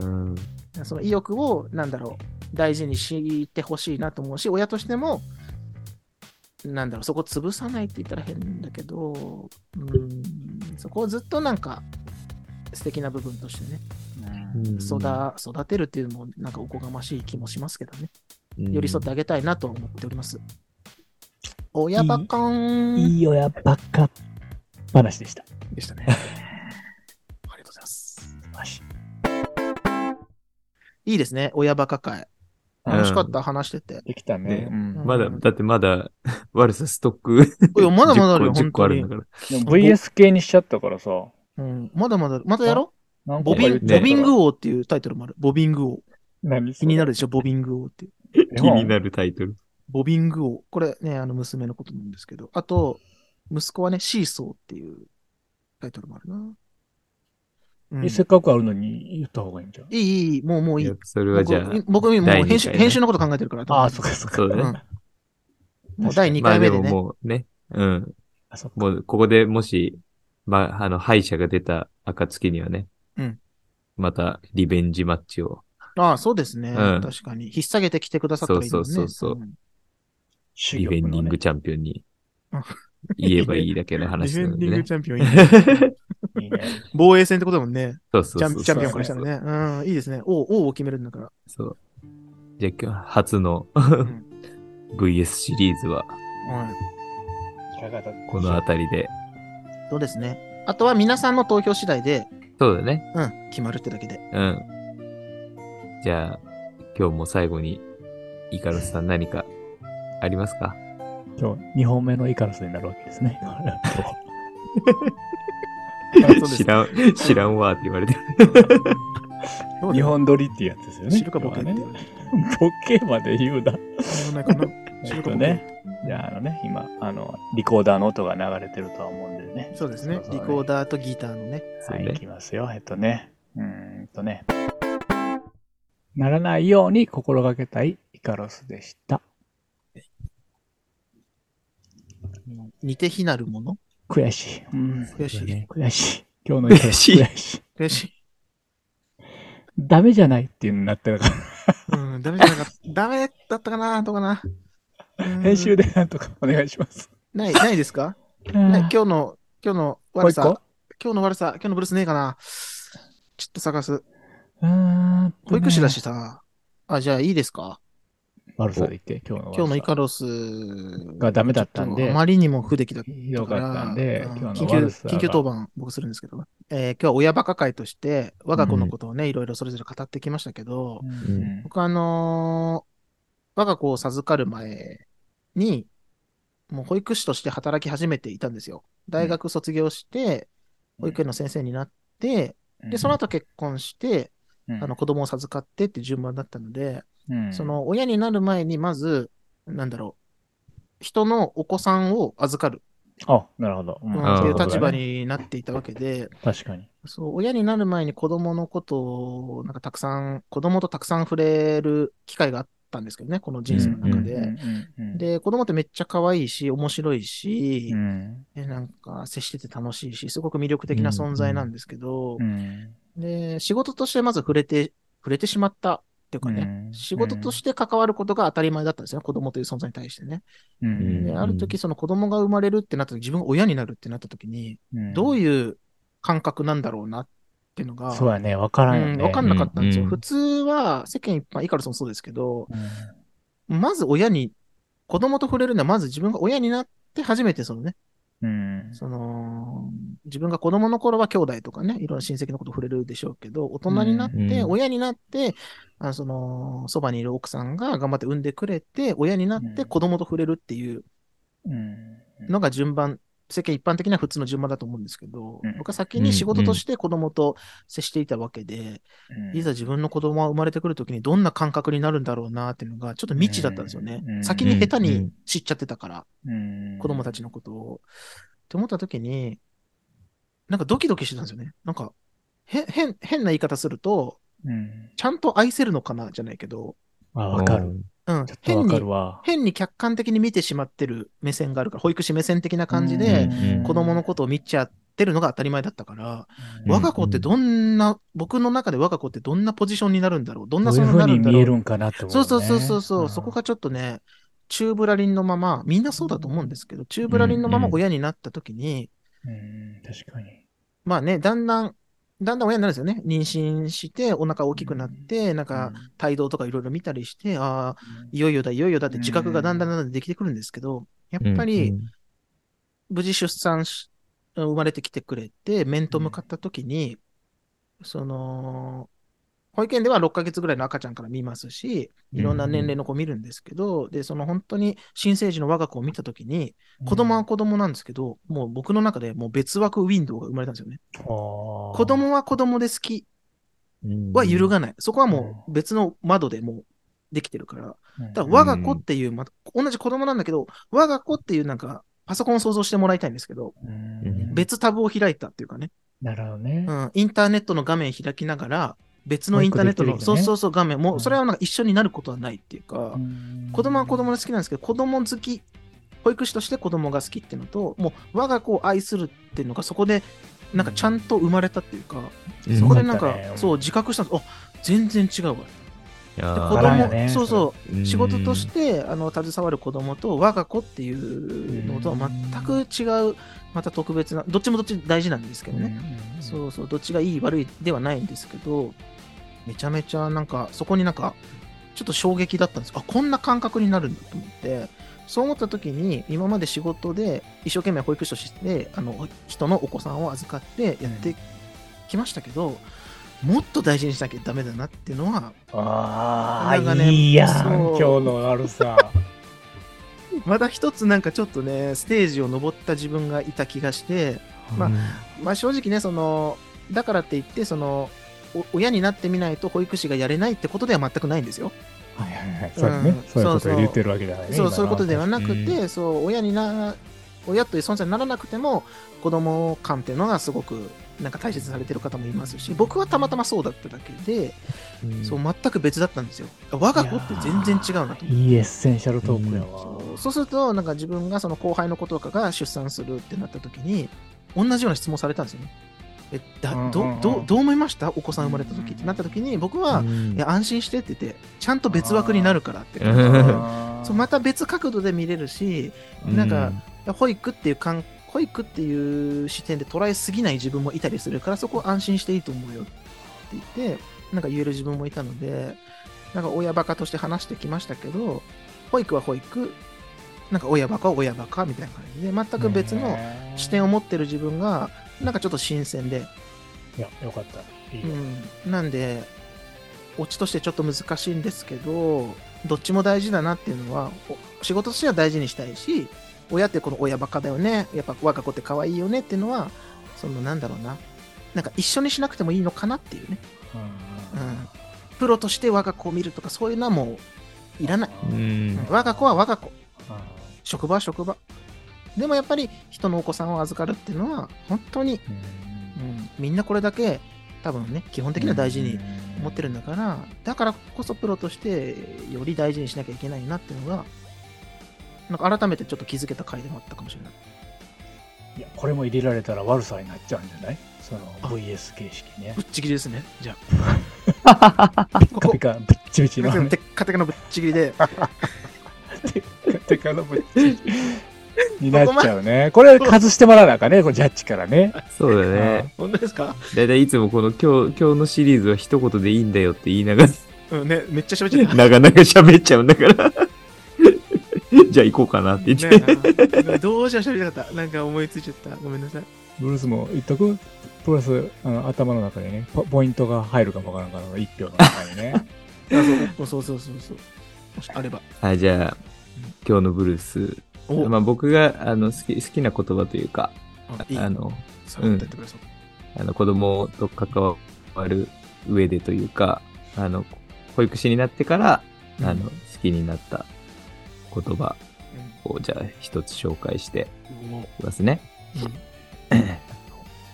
Speaker 3: うん。
Speaker 2: その意欲を、なんだろう、大事にしてほしいなと思うし、親としても、なんだろう、そこ潰さないって言ったら変だけど、うん、そこをずっとなんか、素敵な部分としてね、育育てるっていうのも、なんかおこがましい気もしますけどね、寄り添ってあげたいなとは思っております。親バカーン
Speaker 1: いい親ばっか話でした。
Speaker 2: でしたね。ありがとうございます。
Speaker 1: マジ
Speaker 2: いいですね、親バカ会。
Speaker 3: うん
Speaker 2: 楽しかった、話してて。
Speaker 1: できたね
Speaker 3: ね。
Speaker 1: うん
Speaker 2: うん
Speaker 3: まだ、だってまだ、悪さストック。
Speaker 2: いや、まだまだあるよ、
Speaker 3: 10
Speaker 2: 本
Speaker 3: 個
Speaker 2: 当
Speaker 3: ある
Speaker 2: に
Speaker 3: んだ。から。
Speaker 1: でも VS 系にしちゃったからさ。
Speaker 2: うん、まだまだある、またやろう
Speaker 1: なんか
Speaker 2: ボビン、
Speaker 1: 言っちゃ
Speaker 2: ボ
Speaker 1: うから
Speaker 2: ビング王っていうタイトルもある。ボビング王。
Speaker 1: 何
Speaker 2: 気になるでしょ、ボビング王って。
Speaker 3: 気になるタイトル。
Speaker 2: ボビング王。これね、あの娘のことなんですけど。あと、息子はね、シーソーっていうタイトルもあるな。うん、
Speaker 1: え
Speaker 2: い
Speaker 1: せっかくあるのに言った方がいいんじゃん。
Speaker 2: い、いい、もう、もうい
Speaker 3: い
Speaker 2: い
Speaker 3: や。それはじゃあ、
Speaker 2: 僕、僕も
Speaker 3: 第
Speaker 2: う
Speaker 3: 二回ね
Speaker 2: 編集、編集のこと考えてるから。
Speaker 1: ああ、そうかそうか。
Speaker 3: そうだ
Speaker 2: う
Speaker 3: ね。
Speaker 2: ん。もう第2
Speaker 3: まあ
Speaker 2: 回
Speaker 3: で
Speaker 2: 目で
Speaker 3: も
Speaker 2: ね。
Speaker 3: もうね、うん。
Speaker 1: あそっか
Speaker 3: もう、ここでもし、まあ、あの、敗者が出た暁にはね、
Speaker 2: うん
Speaker 3: また、リベンジマッチを。
Speaker 2: ああ、そうですね、
Speaker 3: うん
Speaker 2: 確かに。引っ提げてきてくださったらいいのにね。
Speaker 3: そうそうそうそうん
Speaker 1: 主
Speaker 3: ディフェ
Speaker 1: 玉
Speaker 3: ンディ
Speaker 1: の
Speaker 3: ン
Speaker 1: ね
Speaker 3: グチャンピオンに
Speaker 2: うん
Speaker 3: 言えばいいだけの
Speaker 2: ディ
Speaker 3: 話な
Speaker 2: フェ
Speaker 3: の
Speaker 2: ンデ
Speaker 3: でね
Speaker 2: ィング。チャンピオンい
Speaker 3: [LAUGHS]
Speaker 2: いね
Speaker 1: いいね
Speaker 2: 防衛戦ってことだもんね。
Speaker 3: そうそう
Speaker 2: チ
Speaker 3: そ
Speaker 2: ャ
Speaker 3: うそ
Speaker 2: ン
Speaker 3: う。
Speaker 2: チャンピオンからしたらね。うん、いいですね。王、王を決めるんだから。
Speaker 3: そう。じゃあ今日初の [LAUGHS] VS シリーズは
Speaker 2: はい。
Speaker 1: いかがだった
Speaker 3: この辺りで。
Speaker 2: そうですね。あとは皆さんの投票次第で、
Speaker 3: そうだね。
Speaker 2: うん、決まるってだけで。
Speaker 3: うん。じゃあ今日も最後にイカロスさん何かありますか
Speaker 1: 今日、2本目のイカロスになるわけ
Speaker 2: [LAUGHS]
Speaker 1: ですね。
Speaker 2: うです
Speaker 3: 知らん、知らんわって言われてる。
Speaker 1: 日本撮りっていうやつですよね。
Speaker 2: 知るかボケって。
Speaker 1: 今日はねボケまで言うな。
Speaker 2: 知らないかな知
Speaker 1: [LAUGHS] え
Speaker 2: る
Speaker 1: っ
Speaker 2: か
Speaker 1: と
Speaker 2: ボ
Speaker 1: ね
Speaker 2: ケ。。
Speaker 1: じゃあ、あのね、今、あの、リコーダーの音が流れてるとは思うんでね。
Speaker 2: そうですね
Speaker 1: そう。そう
Speaker 2: リコーダーとギターのね。
Speaker 3: そう
Speaker 1: はい、
Speaker 3: ね
Speaker 1: いきますよ。えっとね。うーんとね。ならないように心がけたいイカロスでした。
Speaker 2: 似て非なるもの
Speaker 1: 悔しい。うん。
Speaker 2: 悔しい。
Speaker 1: 悔しい。今日のイカ
Speaker 3: 悔
Speaker 1: ロス
Speaker 3: しい
Speaker 1: 悔しい。
Speaker 2: 悔しい。
Speaker 1: ダメじゃないっていうのになってるから、
Speaker 2: うん、ダメじゃなかった。 [LAUGHS] ダメだったかなどうかなうん
Speaker 1: 編集でなんとかお願いします。
Speaker 2: ない、ないですかない今
Speaker 1: 今
Speaker 2: 日の、今日の悪さ。今日の悪さ、今日のブルースねえかなちょっと探す。保育士だ。しさ。あ、じゃあいいですか
Speaker 1: 悪さで言って、今日の悪さ。
Speaker 2: 今日のイカロス
Speaker 1: がダメだったん
Speaker 2: ちょっ
Speaker 1: で
Speaker 2: とあ、まりにも不出来だっ
Speaker 1: ひど
Speaker 2: だから
Speaker 1: かったんで、
Speaker 2: うん
Speaker 1: 今日
Speaker 2: 緊
Speaker 1: の
Speaker 2: 急
Speaker 1: 悪さが。
Speaker 2: 緊急当番、僕するんですけど、えー今日は親バカ会として、我が子のことをね、いろいろそれぞれ語ってきましたけど、
Speaker 1: うん。
Speaker 2: 僕はあのー我が子を授かる前に、もう保育士として働き始めていたんですよ。大学卒業して、
Speaker 1: うん
Speaker 2: 保育園の先生になって、で、その後結婚して、
Speaker 1: うん、
Speaker 2: あの子供を授かってっていう順番だったので、
Speaker 1: うん
Speaker 2: そ、の親になる前にまず、なんだろう、人のお子さんを預かる、
Speaker 1: あ、なるほど。う
Speaker 2: うんん、っていう
Speaker 3: あー
Speaker 2: 立場。になっていたわけで、
Speaker 1: 確かに。
Speaker 2: そう、親になる前に子供のことを、なんかたくさん、子供とたくさん触れる機会があったんですけどね、この人生の中
Speaker 1: うん
Speaker 2: で。、
Speaker 1: うんうん、
Speaker 2: で、子供ってめっちゃ可愛いし、面白いし
Speaker 1: う、ん
Speaker 2: でなんか接してて楽しいし、すごく魅力的な存在なんですけど
Speaker 1: う、ん
Speaker 2: で、仕事としてまず触れて、触れてしまったっていうかね、
Speaker 1: うん
Speaker 2: 仕事として関わることが当たり前だったんですよね、子供という存在に対してね。
Speaker 1: う
Speaker 3: うん
Speaker 1: ん
Speaker 2: で、ある時その子供が生まれるってなった時、自分が親になるってなった時に、
Speaker 1: うん
Speaker 2: どういう感覚なんだろうなっていうのが、
Speaker 1: そうやね、わからんよ
Speaker 2: う
Speaker 1: ね。
Speaker 2: ん、分かんなかったんですよ。
Speaker 3: うん
Speaker 2: 普通は、世間一般、イカルソンそうですけど、
Speaker 1: うん
Speaker 2: まず親に子供と触れるのはまず自分が親になって初めてそのね、
Speaker 1: うん。
Speaker 2: その、自分が子供の頃は兄弟とかね、いろんな親戚のこと触れるでしょうけど、大人になって、
Speaker 3: うん
Speaker 2: 親になって、あのその、そばにいる奥さんが頑張って産んでくれて、親になっ
Speaker 1: う
Speaker 2: て
Speaker 1: ん
Speaker 2: 子供と触れるっていう
Speaker 1: うん。
Speaker 2: のが順番、世間一般的には普通の順番だと思うんですけど、
Speaker 1: うん
Speaker 2: 僕は先に仕事として子供と接していたわけで、
Speaker 1: うん
Speaker 2: いざ自分の子供が生まれてくるときにどんな感覚になるんだろうなっていうのがちょっと未知だったんですよね。
Speaker 1: うん
Speaker 2: 先に下手
Speaker 3: う
Speaker 2: に
Speaker 3: ん
Speaker 2: 知っちゃってたから、
Speaker 1: うん
Speaker 2: 子供たちのことを。って思ったときに、なんかドキドキしてたんですよね。なんか、へ、変、変な言い方すると、
Speaker 1: うん。
Speaker 2: ちゃんと愛せるのかなじゃないけど、
Speaker 1: あ、わかる。
Speaker 2: うん
Speaker 1: ちょっ、と
Speaker 2: 変
Speaker 1: わか
Speaker 2: に
Speaker 1: る、わ。
Speaker 2: 変に客観的に見てしまってる目線があるから、保育士目線的な感じ
Speaker 3: う
Speaker 2: で
Speaker 3: ん、うん
Speaker 2: 子供のことを見ちゃってるのが当たり前だったから、
Speaker 1: うん
Speaker 2: 我が子ってどんな、僕の中で我が子ってどんなポジションになるんだろうどん
Speaker 1: ど
Speaker 2: な
Speaker 1: うい
Speaker 2: そうう
Speaker 1: ふう
Speaker 2: なる
Speaker 1: に
Speaker 2: んだ
Speaker 1: 見
Speaker 2: ろ
Speaker 1: え
Speaker 2: う
Speaker 1: るんかなって思う、ね。
Speaker 2: そうそうそうそうそう、
Speaker 1: ん
Speaker 2: そこがちょっとね、中ブラリンのまま、みんなそうだと思うんですけど、中ブラリンのまま親になった時に、
Speaker 1: うん、確かに。
Speaker 2: まあね、だんだん、だんだん親になるんですよね。妊娠して、お腹大きくなって、なんか、帯同とかいろいろ見たりして、ああ、いよいよだ、いよいよだって自覚がだんだんだんだんできてくるんですけど、やっぱり、、無事出産し、生まれてきてくれて、面と向かった時に、その、保育園では6ヶ月ぐらいの赤ちゃんから見ますし、いろんな年齢の子見るんですけど、で、その本当に新生児の我が子を見た時に、子供は子供なんですけど、もう僕の中でもう別枠ウィンドウが生まれたんですよね。
Speaker 1: 子
Speaker 2: 子供は子供で好きは揺るがない。そこはもう別の窓でもうできてるから。だから我が子っていう、また同じ子供なんだけど、我が子っていうなんか、パソコンを想像してもらいたいんですけど、
Speaker 1: うん
Speaker 2: 別タブを開いたっていうかね、
Speaker 1: なるほどね
Speaker 2: う。ん、インターネットの画面開きながら、別のインターネットの、
Speaker 1: もう一個
Speaker 2: そう
Speaker 1: できてるよね
Speaker 2: そうそう、画面
Speaker 1: う
Speaker 2: も、
Speaker 1: ん
Speaker 2: それはなんか一緒になることはないっていうか、子供は子供
Speaker 1: で
Speaker 2: で好きなんですけど、子供好き、保育士として子供が好きっていうのと、もう我が子を愛するっていうのが、そこで、なんかちゃんと生まれたっていうか、
Speaker 3: うん
Speaker 2: そこでなんか、
Speaker 1: う
Speaker 2: そう、自覚したんです。あ全然違うわ。で
Speaker 3: 子、
Speaker 2: 子
Speaker 1: バラや
Speaker 2: 供、
Speaker 1: ね
Speaker 2: そうそう、仕事としててあの携わる子供と我が子っていうのとは全く違うまた特別などっちもどっち大事なんですけど
Speaker 1: ん
Speaker 2: ね、そうそうどっちがいい悪いではないんですけどめちゃめちゃなんかそこになんかちょっと衝撃だったんですあこんな感覚になるんだと思ってそう思った時に今まで仕事で一生懸命保育士としてあの人のお子さんを預かってやってきましたけど、もっと大事にしなきゃダメだなっていうのは
Speaker 1: あ
Speaker 2: なんか
Speaker 1: あ、
Speaker 2: ね
Speaker 1: いいやん、
Speaker 2: そう
Speaker 1: 今日のある [LAUGHS] さ。
Speaker 2: また一つなんかちょっとね、ステージを登った自分がいた気がして、まあまあ正直ね、その、だからって言って、その、お親になってみないと保育士がやれないってことでは全くないんですよ。
Speaker 1: はいはいはいそうだね
Speaker 2: うん
Speaker 1: そういうこ
Speaker 2: そ
Speaker 1: と
Speaker 2: うそ
Speaker 1: を
Speaker 2: う
Speaker 1: 言ってるわけじゃないね。
Speaker 2: そう、
Speaker 1: 今
Speaker 2: そういうことではなくて、
Speaker 3: う
Speaker 2: そう、親にな、親という存在にならなくても、子供感っていうのがすごく、なんか大切にされてる方もいますし、僕はたまたまそうだっただけで、そう、全く別だったんですよ。我が子って全然違うなと思って
Speaker 1: いいエッセンシャルトークやわ。
Speaker 2: そうそうすると、なんか自分がその後輩の子とかが出産するってなった時に、同じような質問されたんですよね。えだ
Speaker 1: うんうんう
Speaker 2: ど
Speaker 1: ん
Speaker 2: どどう思いましたお子さん生まれた時ってなった時に、僕は、
Speaker 3: うん
Speaker 2: いや安心してって言って、ちゃんと別枠になるからって。
Speaker 3: あー
Speaker 2: そうまた別角度で見れるし、なんか、い、や保育っていう感保育っていう視点で捉えすぎない自分もいたりするからそこ安心していいと思うよって言ってなんか言える自分もいたのでなんか親バカとして話してきましたけど保育は保育なんか親バカは親バカみたいな感じで全く別の視点を持ってる自分がなんかちょっと新鮮で、
Speaker 1: いや、よかった。いいうよ
Speaker 2: ん、なんでオチとしてちょっと難しいんですけどどっちも大事だなっていうのはお仕事としては大事にしたいし親ってこの親バカだよねやっぱ若子って可愛いよねっていうのはそのなんだろうななんか一緒にしなくてもいいのかなっていうね、うん、プロとして我が子を見るとかそういうのはもういらない、
Speaker 3: う
Speaker 1: うん
Speaker 3: ん
Speaker 2: うん我が子は我が子
Speaker 1: あ
Speaker 2: 職場は職場でもやっぱり人のお子さんを預かるっていうのは本当
Speaker 1: ー
Speaker 2: に、
Speaker 1: う
Speaker 2: うんん、みんなこれだけ多分ね基本的には大事に思ってるんだから、だからこそプロとしてより大事にしなきゃいけないなっていうのが、なんか改めてちょっと気づけた回でもあったかもしれない。
Speaker 1: いやこれも入れられたら悪さになっちゃうんじゃないその VS 形式ね
Speaker 2: ぶっちぎりですね、じゃ
Speaker 1: ピッカピカぶっちび [LAUGHS] ちの
Speaker 2: あ。
Speaker 1: ね
Speaker 2: テッカテカのぶっちぎりで、
Speaker 1: テカのぶっちびちになっちゃうね [LAUGHS] これ外してもらわなあかんねこれジャッジからね
Speaker 3: そうだね。
Speaker 2: 本当ですか
Speaker 3: だいたいいつもこの今日、今日のシリーズは一言でいいんだよって言いながら、 [LAUGHS]
Speaker 2: うんね、めっちゃ喋っちゃった。
Speaker 3: なかなか喋っちゃうんだから。 [LAUGHS] じゃあ行こうかなって言って、 [LAUGHS]
Speaker 2: ねどうしよう喋りたかった。なんか思いついちゃった。ごめんなさい。
Speaker 1: ブルースも言っとくプラス、あの、頭の中でね、ポポイントが入るかもわからんから、1票の中にね。
Speaker 2: あそうそうそうそうそう。もしあれば。
Speaker 3: はい、じゃあ、今日のブルース。
Speaker 2: お、
Speaker 3: まあ僕が、あの、好き、好きな言葉というか、
Speaker 2: あ
Speaker 3: あ、
Speaker 2: いい。
Speaker 3: あの、
Speaker 2: さらっとやってください。
Speaker 3: あの子供と関わる上でというか、あの、保育士になってから、
Speaker 2: うん
Speaker 3: あの、好きになった言葉
Speaker 2: うん
Speaker 3: を、じゃあ一つ紹介して
Speaker 2: おうん
Speaker 3: いきますね。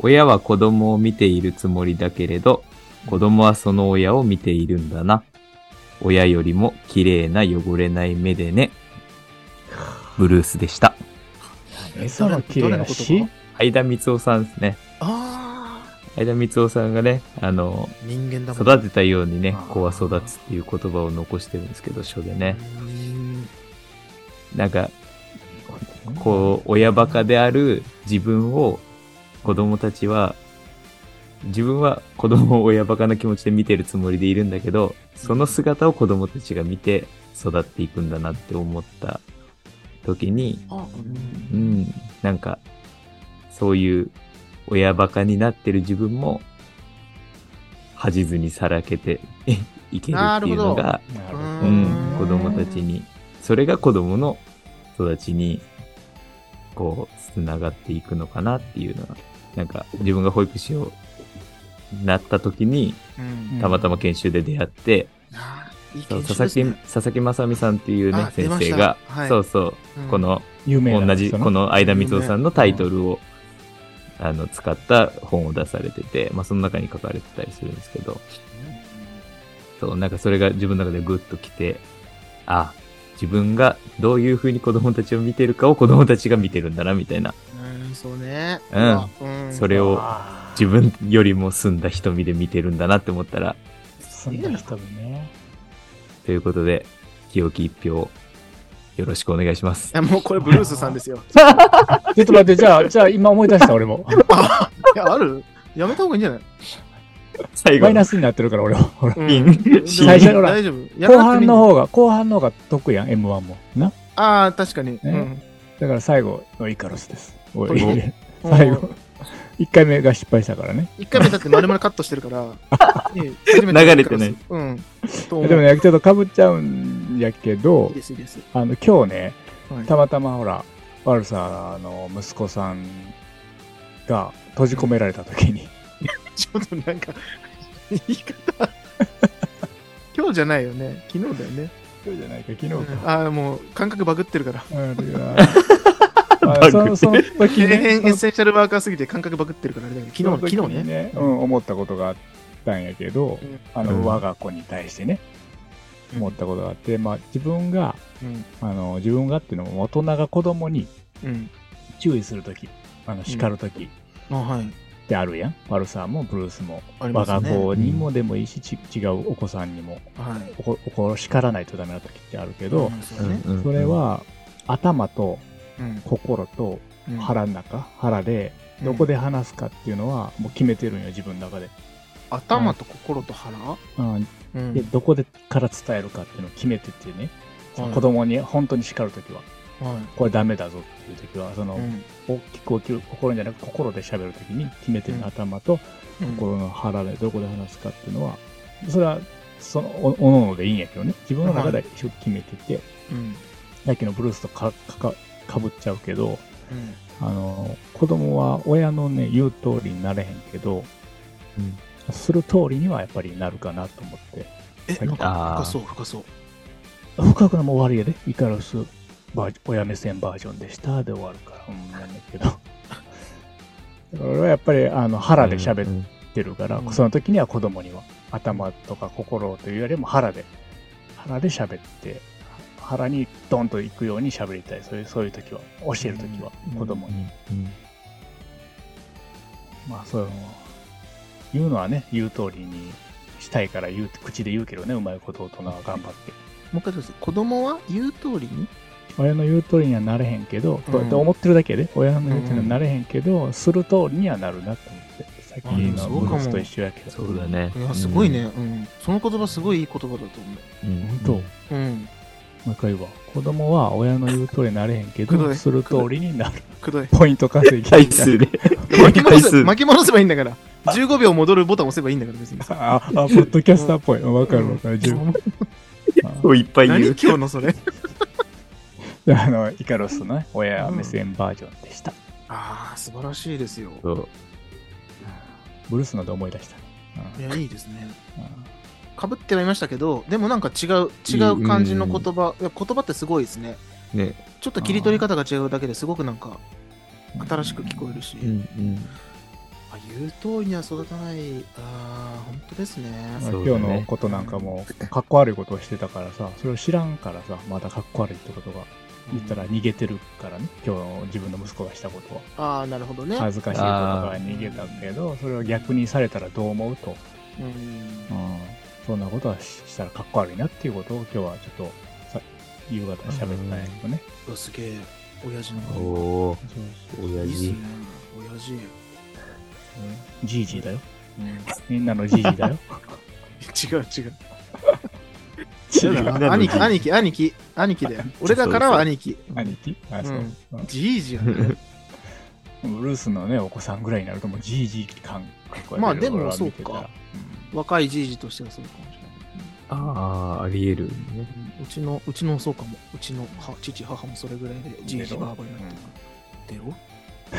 Speaker 3: 親は子供を見ているつもりだけれど、子供はその親を見ているんだな。親よりも綺麗な汚れない目でね。ブルースでした。
Speaker 1: 目さは綺麗だ
Speaker 2: どれ
Speaker 1: し
Speaker 2: のこ、
Speaker 3: 相田光夫さんですね。
Speaker 2: あ
Speaker 3: 相田光夫さんがね、あの
Speaker 2: あ、、人間だもん。
Speaker 3: 育てたようにね
Speaker 1: あー、
Speaker 3: 子は育つっていう言葉を残してるんですけど、書でね。
Speaker 2: うーん。
Speaker 3: なんか、こう、親バカである自分を、子供たちは、自分は子供を親バカな気持ちで見てるつもりでいるんだけど、その姿を子供たちが見て育っていくんだなって思った時に、
Speaker 2: あ、うん
Speaker 3: うん、なんか、そういう親バカになってる自分も、恥じずにさらけて [LAUGHS] いけるっていうのが、
Speaker 1: なるほ
Speaker 2: う
Speaker 1: ど
Speaker 3: う
Speaker 2: ー
Speaker 3: ん、子供たちに、それが子供の育ちに、こう、つながっていくのかなっていうのは、なんか、自分が保育士をなった時に、
Speaker 2: うん。
Speaker 3: たまたま研修で出会って、
Speaker 2: あーいい
Speaker 3: そう
Speaker 2: 研
Speaker 3: 佐
Speaker 2: 修
Speaker 3: 々
Speaker 2: で
Speaker 3: 木、
Speaker 2: すね
Speaker 3: 佐々木正美さんっていうね
Speaker 2: あ、出
Speaker 3: 先
Speaker 2: まし
Speaker 3: 生
Speaker 2: た
Speaker 3: が、
Speaker 2: はい
Speaker 3: そうそう、
Speaker 2: うん
Speaker 3: この、
Speaker 1: 有名な
Speaker 3: 同じ、
Speaker 1: 人の
Speaker 3: この相田光夫さんのタイトルを、あの、使った本を出されてて、まあ、その中に書かれてたりするんですけど、そう、なんかそれが自分の中でグッときて、あ、自分がどういう風に子供たちを見てるかを子供たちが見てるんだな、みたいな。
Speaker 2: うん、そうね。
Speaker 3: うん
Speaker 2: あうん。
Speaker 3: それを
Speaker 1: あー
Speaker 3: 自分よりも澄んだ瞳で見てるんだなって思ったら、
Speaker 1: そんな人にね。
Speaker 3: ということで、清き一票、よろしくお願いします
Speaker 2: い。や、もうこれブルースさ
Speaker 3: [LAUGHS]
Speaker 2: んですよ。
Speaker 1: ちょっと待って、じゃあ、じゃあ今思い出した俺も。
Speaker 2: いや、あるやめた方がいいんじゃない
Speaker 3: 最後
Speaker 1: マイ
Speaker 3: の
Speaker 1: ナスになってるから俺は。ほら
Speaker 2: うん
Speaker 3: ピン
Speaker 2: でも
Speaker 1: 最初のほら
Speaker 2: 大丈夫。や
Speaker 1: 後
Speaker 2: らなくてもい
Speaker 1: 半
Speaker 2: い
Speaker 1: の方が、後半の方が得やん、M1 も。な。
Speaker 2: ああ、確かに。うん
Speaker 1: だから最後のイカロスです。おい
Speaker 2: 最後
Speaker 1: 最後。1回目が失敗したからね。
Speaker 2: 一回目だって丸々カットして
Speaker 3: [LAUGHS]
Speaker 2: るから、ね初め
Speaker 3: 流れてない。
Speaker 2: うん。と思う
Speaker 1: でもね、ちょっとかぶっちゃうんやけ
Speaker 2: い
Speaker 1: ど
Speaker 2: いで、す、いいです。
Speaker 1: あの、今日ね、
Speaker 2: はい
Speaker 1: たまたまほら、ワルサーの息子さんが閉じ込められた時に、
Speaker 2: ちょっとなんか、言い
Speaker 3: [LAUGHS]
Speaker 2: 方。今日じゃないよね。昨日だよね。
Speaker 1: 今日じゃないか、昨日か。
Speaker 2: ああ、もう感覚バグってるから。
Speaker 1: あれがあそのその時
Speaker 2: 経
Speaker 1: ね、
Speaker 2: 年エッセンシャルワーカーすぎて感覚バグってるからあれだけど、
Speaker 1: その
Speaker 2: 昨日、
Speaker 1: そ
Speaker 2: 昨
Speaker 1: の時
Speaker 2: 日
Speaker 1: に
Speaker 2: ね。
Speaker 1: うん、思ったことがあったんやけど、
Speaker 2: うん
Speaker 1: あ
Speaker 3: うん
Speaker 1: の、我が子に対してね、
Speaker 2: うん
Speaker 1: 思ったことがあって、まあ、自分が、
Speaker 2: うん。
Speaker 1: あの、自分がっていうのも、大人が子供に
Speaker 2: うん。
Speaker 1: 注意するとき、あの、叱るときっ
Speaker 2: あはい。
Speaker 1: てあるやん。ワルサーもブルースも。
Speaker 2: あ
Speaker 1: 我
Speaker 2: ります
Speaker 1: が
Speaker 2: よね。
Speaker 1: 子にもでもいいし、ち違うお子さんにも
Speaker 2: はい。
Speaker 1: おこ怒叱らないとダメな時ってあるけ
Speaker 2: う
Speaker 1: ど
Speaker 2: ん、そうね。
Speaker 3: うんうん
Speaker 1: それは頭と
Speaker 2: うん
Speaker 1: 心と
Speaker 2: うん
Speaker 1: 腹の中、腹で
Speaker 2: うん
Speaker 1: どこで話すかっていうのはもう決めてるんよ自分の中で,、
Speaker 2: 頭と心と腹
Speaker 1: うん、
Speaker 2: うん
Speaker 1: でどこでから伝えるかっていうのを決めてってね、その
Speaker 2: はい
Speaker 1: 子供に本当に叱る時は
Speaker 2: は
Speaker 1: これダメだぞっていう時はその、
Speaker 2: い。うん
Speaker 1: 大きく起きる心じゃなく心で喋る時に決めてる
Speaker 2: うん
Speaker 1: 頭と
Speaker 2: うん
Speaker 1: 心の腹でどこで話すかっていうのはそれはそのおおのおのでいいんやけどね自分の中で一応決めてて、
Speaker 2: うん。
Speaker 1: さっきのブルースとかかかかぶっちゃうけど
Speaker 2: うん
Speaker 1: あの子供は親のね言う通りになれへんけど、する通りにはやっぱりなるかなと思って
Speaker 2: え、
Speaker 1: さっき
Speaker 2: なんか
Speaker 3: あー
Speaker 2: 深そう、深そう。
Speaker 1: 深くのも終わりやでイカロスバージ親目線バージョンでしたで終わるからうんなんだけどだから俺はやっぱりあの腹で喋
Speaker 3: っ
Speaker 1: ってるから、
Speaker 2: うん
Speaker 1: その時には子供には頭とか心というよりも腹で腹で喋って腹にドンと行くように喋りたいそういうそういう時は教える時は子供に。まあそういうのも言うのはね言う通りにしたいから言う口で言うけどねうまいこと大人は頑張って
Speaker 2: もう一回です。子供は言う通りに
Speaker 1: 親の言う通りにはなれへんけど、と
Speaker 2: うん
Speaker 1: と思ってるだけで親の言う通りにはなれへんけど、する通りにはなるなと思ってさっき
Speaker 2: あでもそう
Speaker 1: の
Speaker 2: かも
Speaker 1: ブルースと一緒やけど
Speaker 3: そうだね。
Speaker 2: いや、すごいね。うん。その言葉すごいいい言葉だと思
Speaker 3: うん。
Speaker 1: 本
Speaker 2: う。うん。
Speaker 1: 当、まあか言うわ。子供は親の言う通りになれへんけ
Speaker 2: くど
Speaker 1: ど、
Speaker 2: い
Speaker 1: する通りになる。
Speaker 2: くどい。
Speaker 1: ポイン
Speaker 3: [LAUGHS]
Speaker 1: ト稼ぎ。
Speaker 3: 回数で。
Speaker 2: [LAUGHS] 巻き戻
Speaker 3: 回
Speaker 2: せ
Speaker 3: 数。
Speaker 2: 巻き戻せばいいんだ [LAUGHS] から。15秒戻るボタン押せばいいんだから、別に。
Speaker 1: [LAUGHS] あ、あ、ポッドキャスターっぽい。わかるわかる。十分。
Speaker 3: をいっぱい
Speaker 2: 何
Speaker 3: 言
Speaker 2: 今
Speaker 3: う。
Speaker 2: 日のそれ。
Speaker 1: あの、イカロスのね、親目線バージョンでした。
Speaker 2: ああ、素晴らしいですよ。
Speaker 3: そう
Speaker 1: ブルースので思い出したね。
Speaker 2: いや、いいですね。
Speaker 1: うんうん
Speaker 2: かぶってはいましたけど、でもなんか違う、違う感じの言葉、いや言葉ってすごいですね。
Speaker 3: ね。
Speaker 2: ちょっと切り取り方が違うだけですごくなんか新しく聞こえるし、
Speaker 3: うんうん。
Speaker 2: あ言う通りには育たない、ああ、本当ですね。
Speaker 1: ま
Speaker 3: そ
Speaker 1: あ
Speaker 3: うだね
Speaker 1: 今日のことなんかも、かっこ悪いことをしてたからさ、それを知らんからさ、まだかっこ悪いってことが、言ったら逃げてるからね、今日の自分の息子がしたことは。
Speaker 2: ああ、なるほどね。
Speaker 1: 恥ずかしいことから逃げたけど、それを逆にされたらどう思うと、
Speaker 2: うん
Speaker 1: うん、そんなことはししたらかっこ悪いなっていうことを今日はちょっとさ夕方喋ったんやけどね。
Speaker 2: うわすげえ、親父の
Speaker 3: お
Speaker 2: 声。
Speaker 3: お親
Speaker 2: いいっす
Speaker 3: 父
Speaker 2: ね。親父。
Speaker 1: じいじいだよ。
Speaker 2: うん
Speaker 1: みんなのじいじいだよ。
Speaker 2: 違う違う。
Speaker 1: 違
Speaker 2: や
Speaker 1: う。
Speaker 2: だな兄貴、兄貴、兄貴、兄貴だよ。俺らからは兄貴。
Speaker 1: 兄貴あ、そう。
Speaker 2: うんじいじやね。
Speaker 1: うんブルースのね、お子さんぐらいになるともうじいじい感覚
Speaker 2: まあでもそうか。
Speaker 1: う
Speaker 2: 若いじいじとしてはそうかもしれない。
Speaker 3: あ [LAUGHS] あ、あり得る。
Speaker 2: うんうちの、うちのそうかも。うちの母父、母もそれぐらいでじいじ
Speaker 1: 出ろ
Speaker 2: ばあばになってるか ら。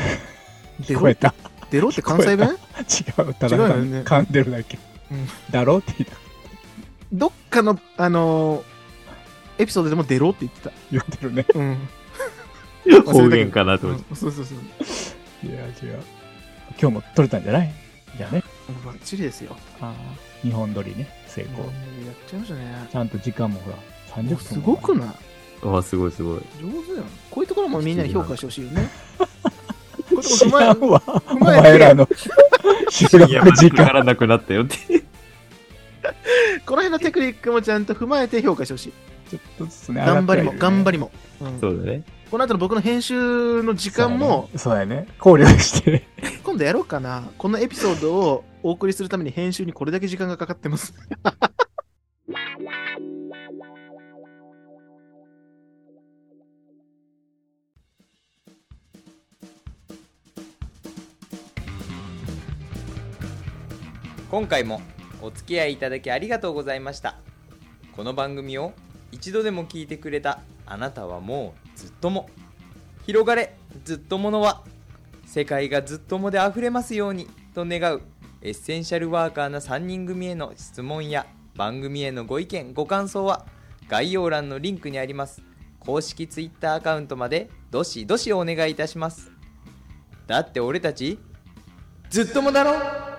Speaker 1: [LAUGHS] ん
Speaker 2: 出
Speaker 1: 聞
Speaker 2: ろ
Speaker 1: こえ
Speaker 2: 出ろ
Speaker 1: た。
Speaker 2: 出ろって関西弁
Speaker 1: 違う。ただ
Speaker 2: 違うよね
Speaker 1: 噛んでるだけ
Speaker 2: うん。
Speaker 1: だろって言った
Speaker 2: どっかの、あのーエピソードでも出ろって言ってた。
Speaker 1: 言ってるね。
Speaker 2: うん。
Speaker 3: 方言かなと
Speaker 2: う
Speaker 3: 思っ
Speaker 2: んそうそうそう。
Speaker 1: いや、違う。今日も撮れたんじゃないじゃあね。
Speaker 2: バッチリですよ。
Speaker 1: 日本撮りね、成功。
Speaker 2: うんやっちゃいましたね。
Speaker 1: ちゃんと時間もほら、30分
Speaker 2: も
Speaker 1: も
Speaker 2: うすごくない
Speaker 3: て。わあ、すごいすごい。
Speaker 2: 上手やん。こういうところもみんなに評価してほしいよね。こういうとこ
Speaker 1: 知
Speaker 2: ろ
Speaker 1: らん
Speaker 2: 踏ま
Speaker 1: わ。
Speaker 2: え、
Speaker 1: お
Speaker 2: 踏まえ
Speaker 1: 前ら
Speaker 2: て、
Speaker 1: の収
Speaker 3: いや、ま
Speaker 1: 録
Speaker 3: だ
Speaker 1: 時
Speaker 3: か
Speaker 1: 間。
Speaker 3: からなくなったよって。
Speaker 2: この辺のテクニックもちゃんと踏まえて評価してほしい。
Speaker 1: ちょっとずつね、
Speaker 2: 頑張りも、頑張
Speaker 1: り。
Speaker 2: りも。うん
Speaker 3: そうだね。
Speaker 2: この後の僕の編集の時間も、
Speaker 1: そうやね。考慮してね。
Speaker 2: 今度やろうかな。このエピソードをお送りするために編集にこれだけ時間がかかってます。
Speaker 5: 今回もお付き合いいただきありがとうございましたこの番組を一度でも聞いてくれたあなたはもうずっとも広がれずっとものは世界がずっともであふれますようにと願うエッセンシャルワーカーな3人組への質問や番組へのご意見ご感想は概要欄のリンクにあります公式 Twitter アカウントまでどしどしお願いいたしますだって俺たちずっともだろ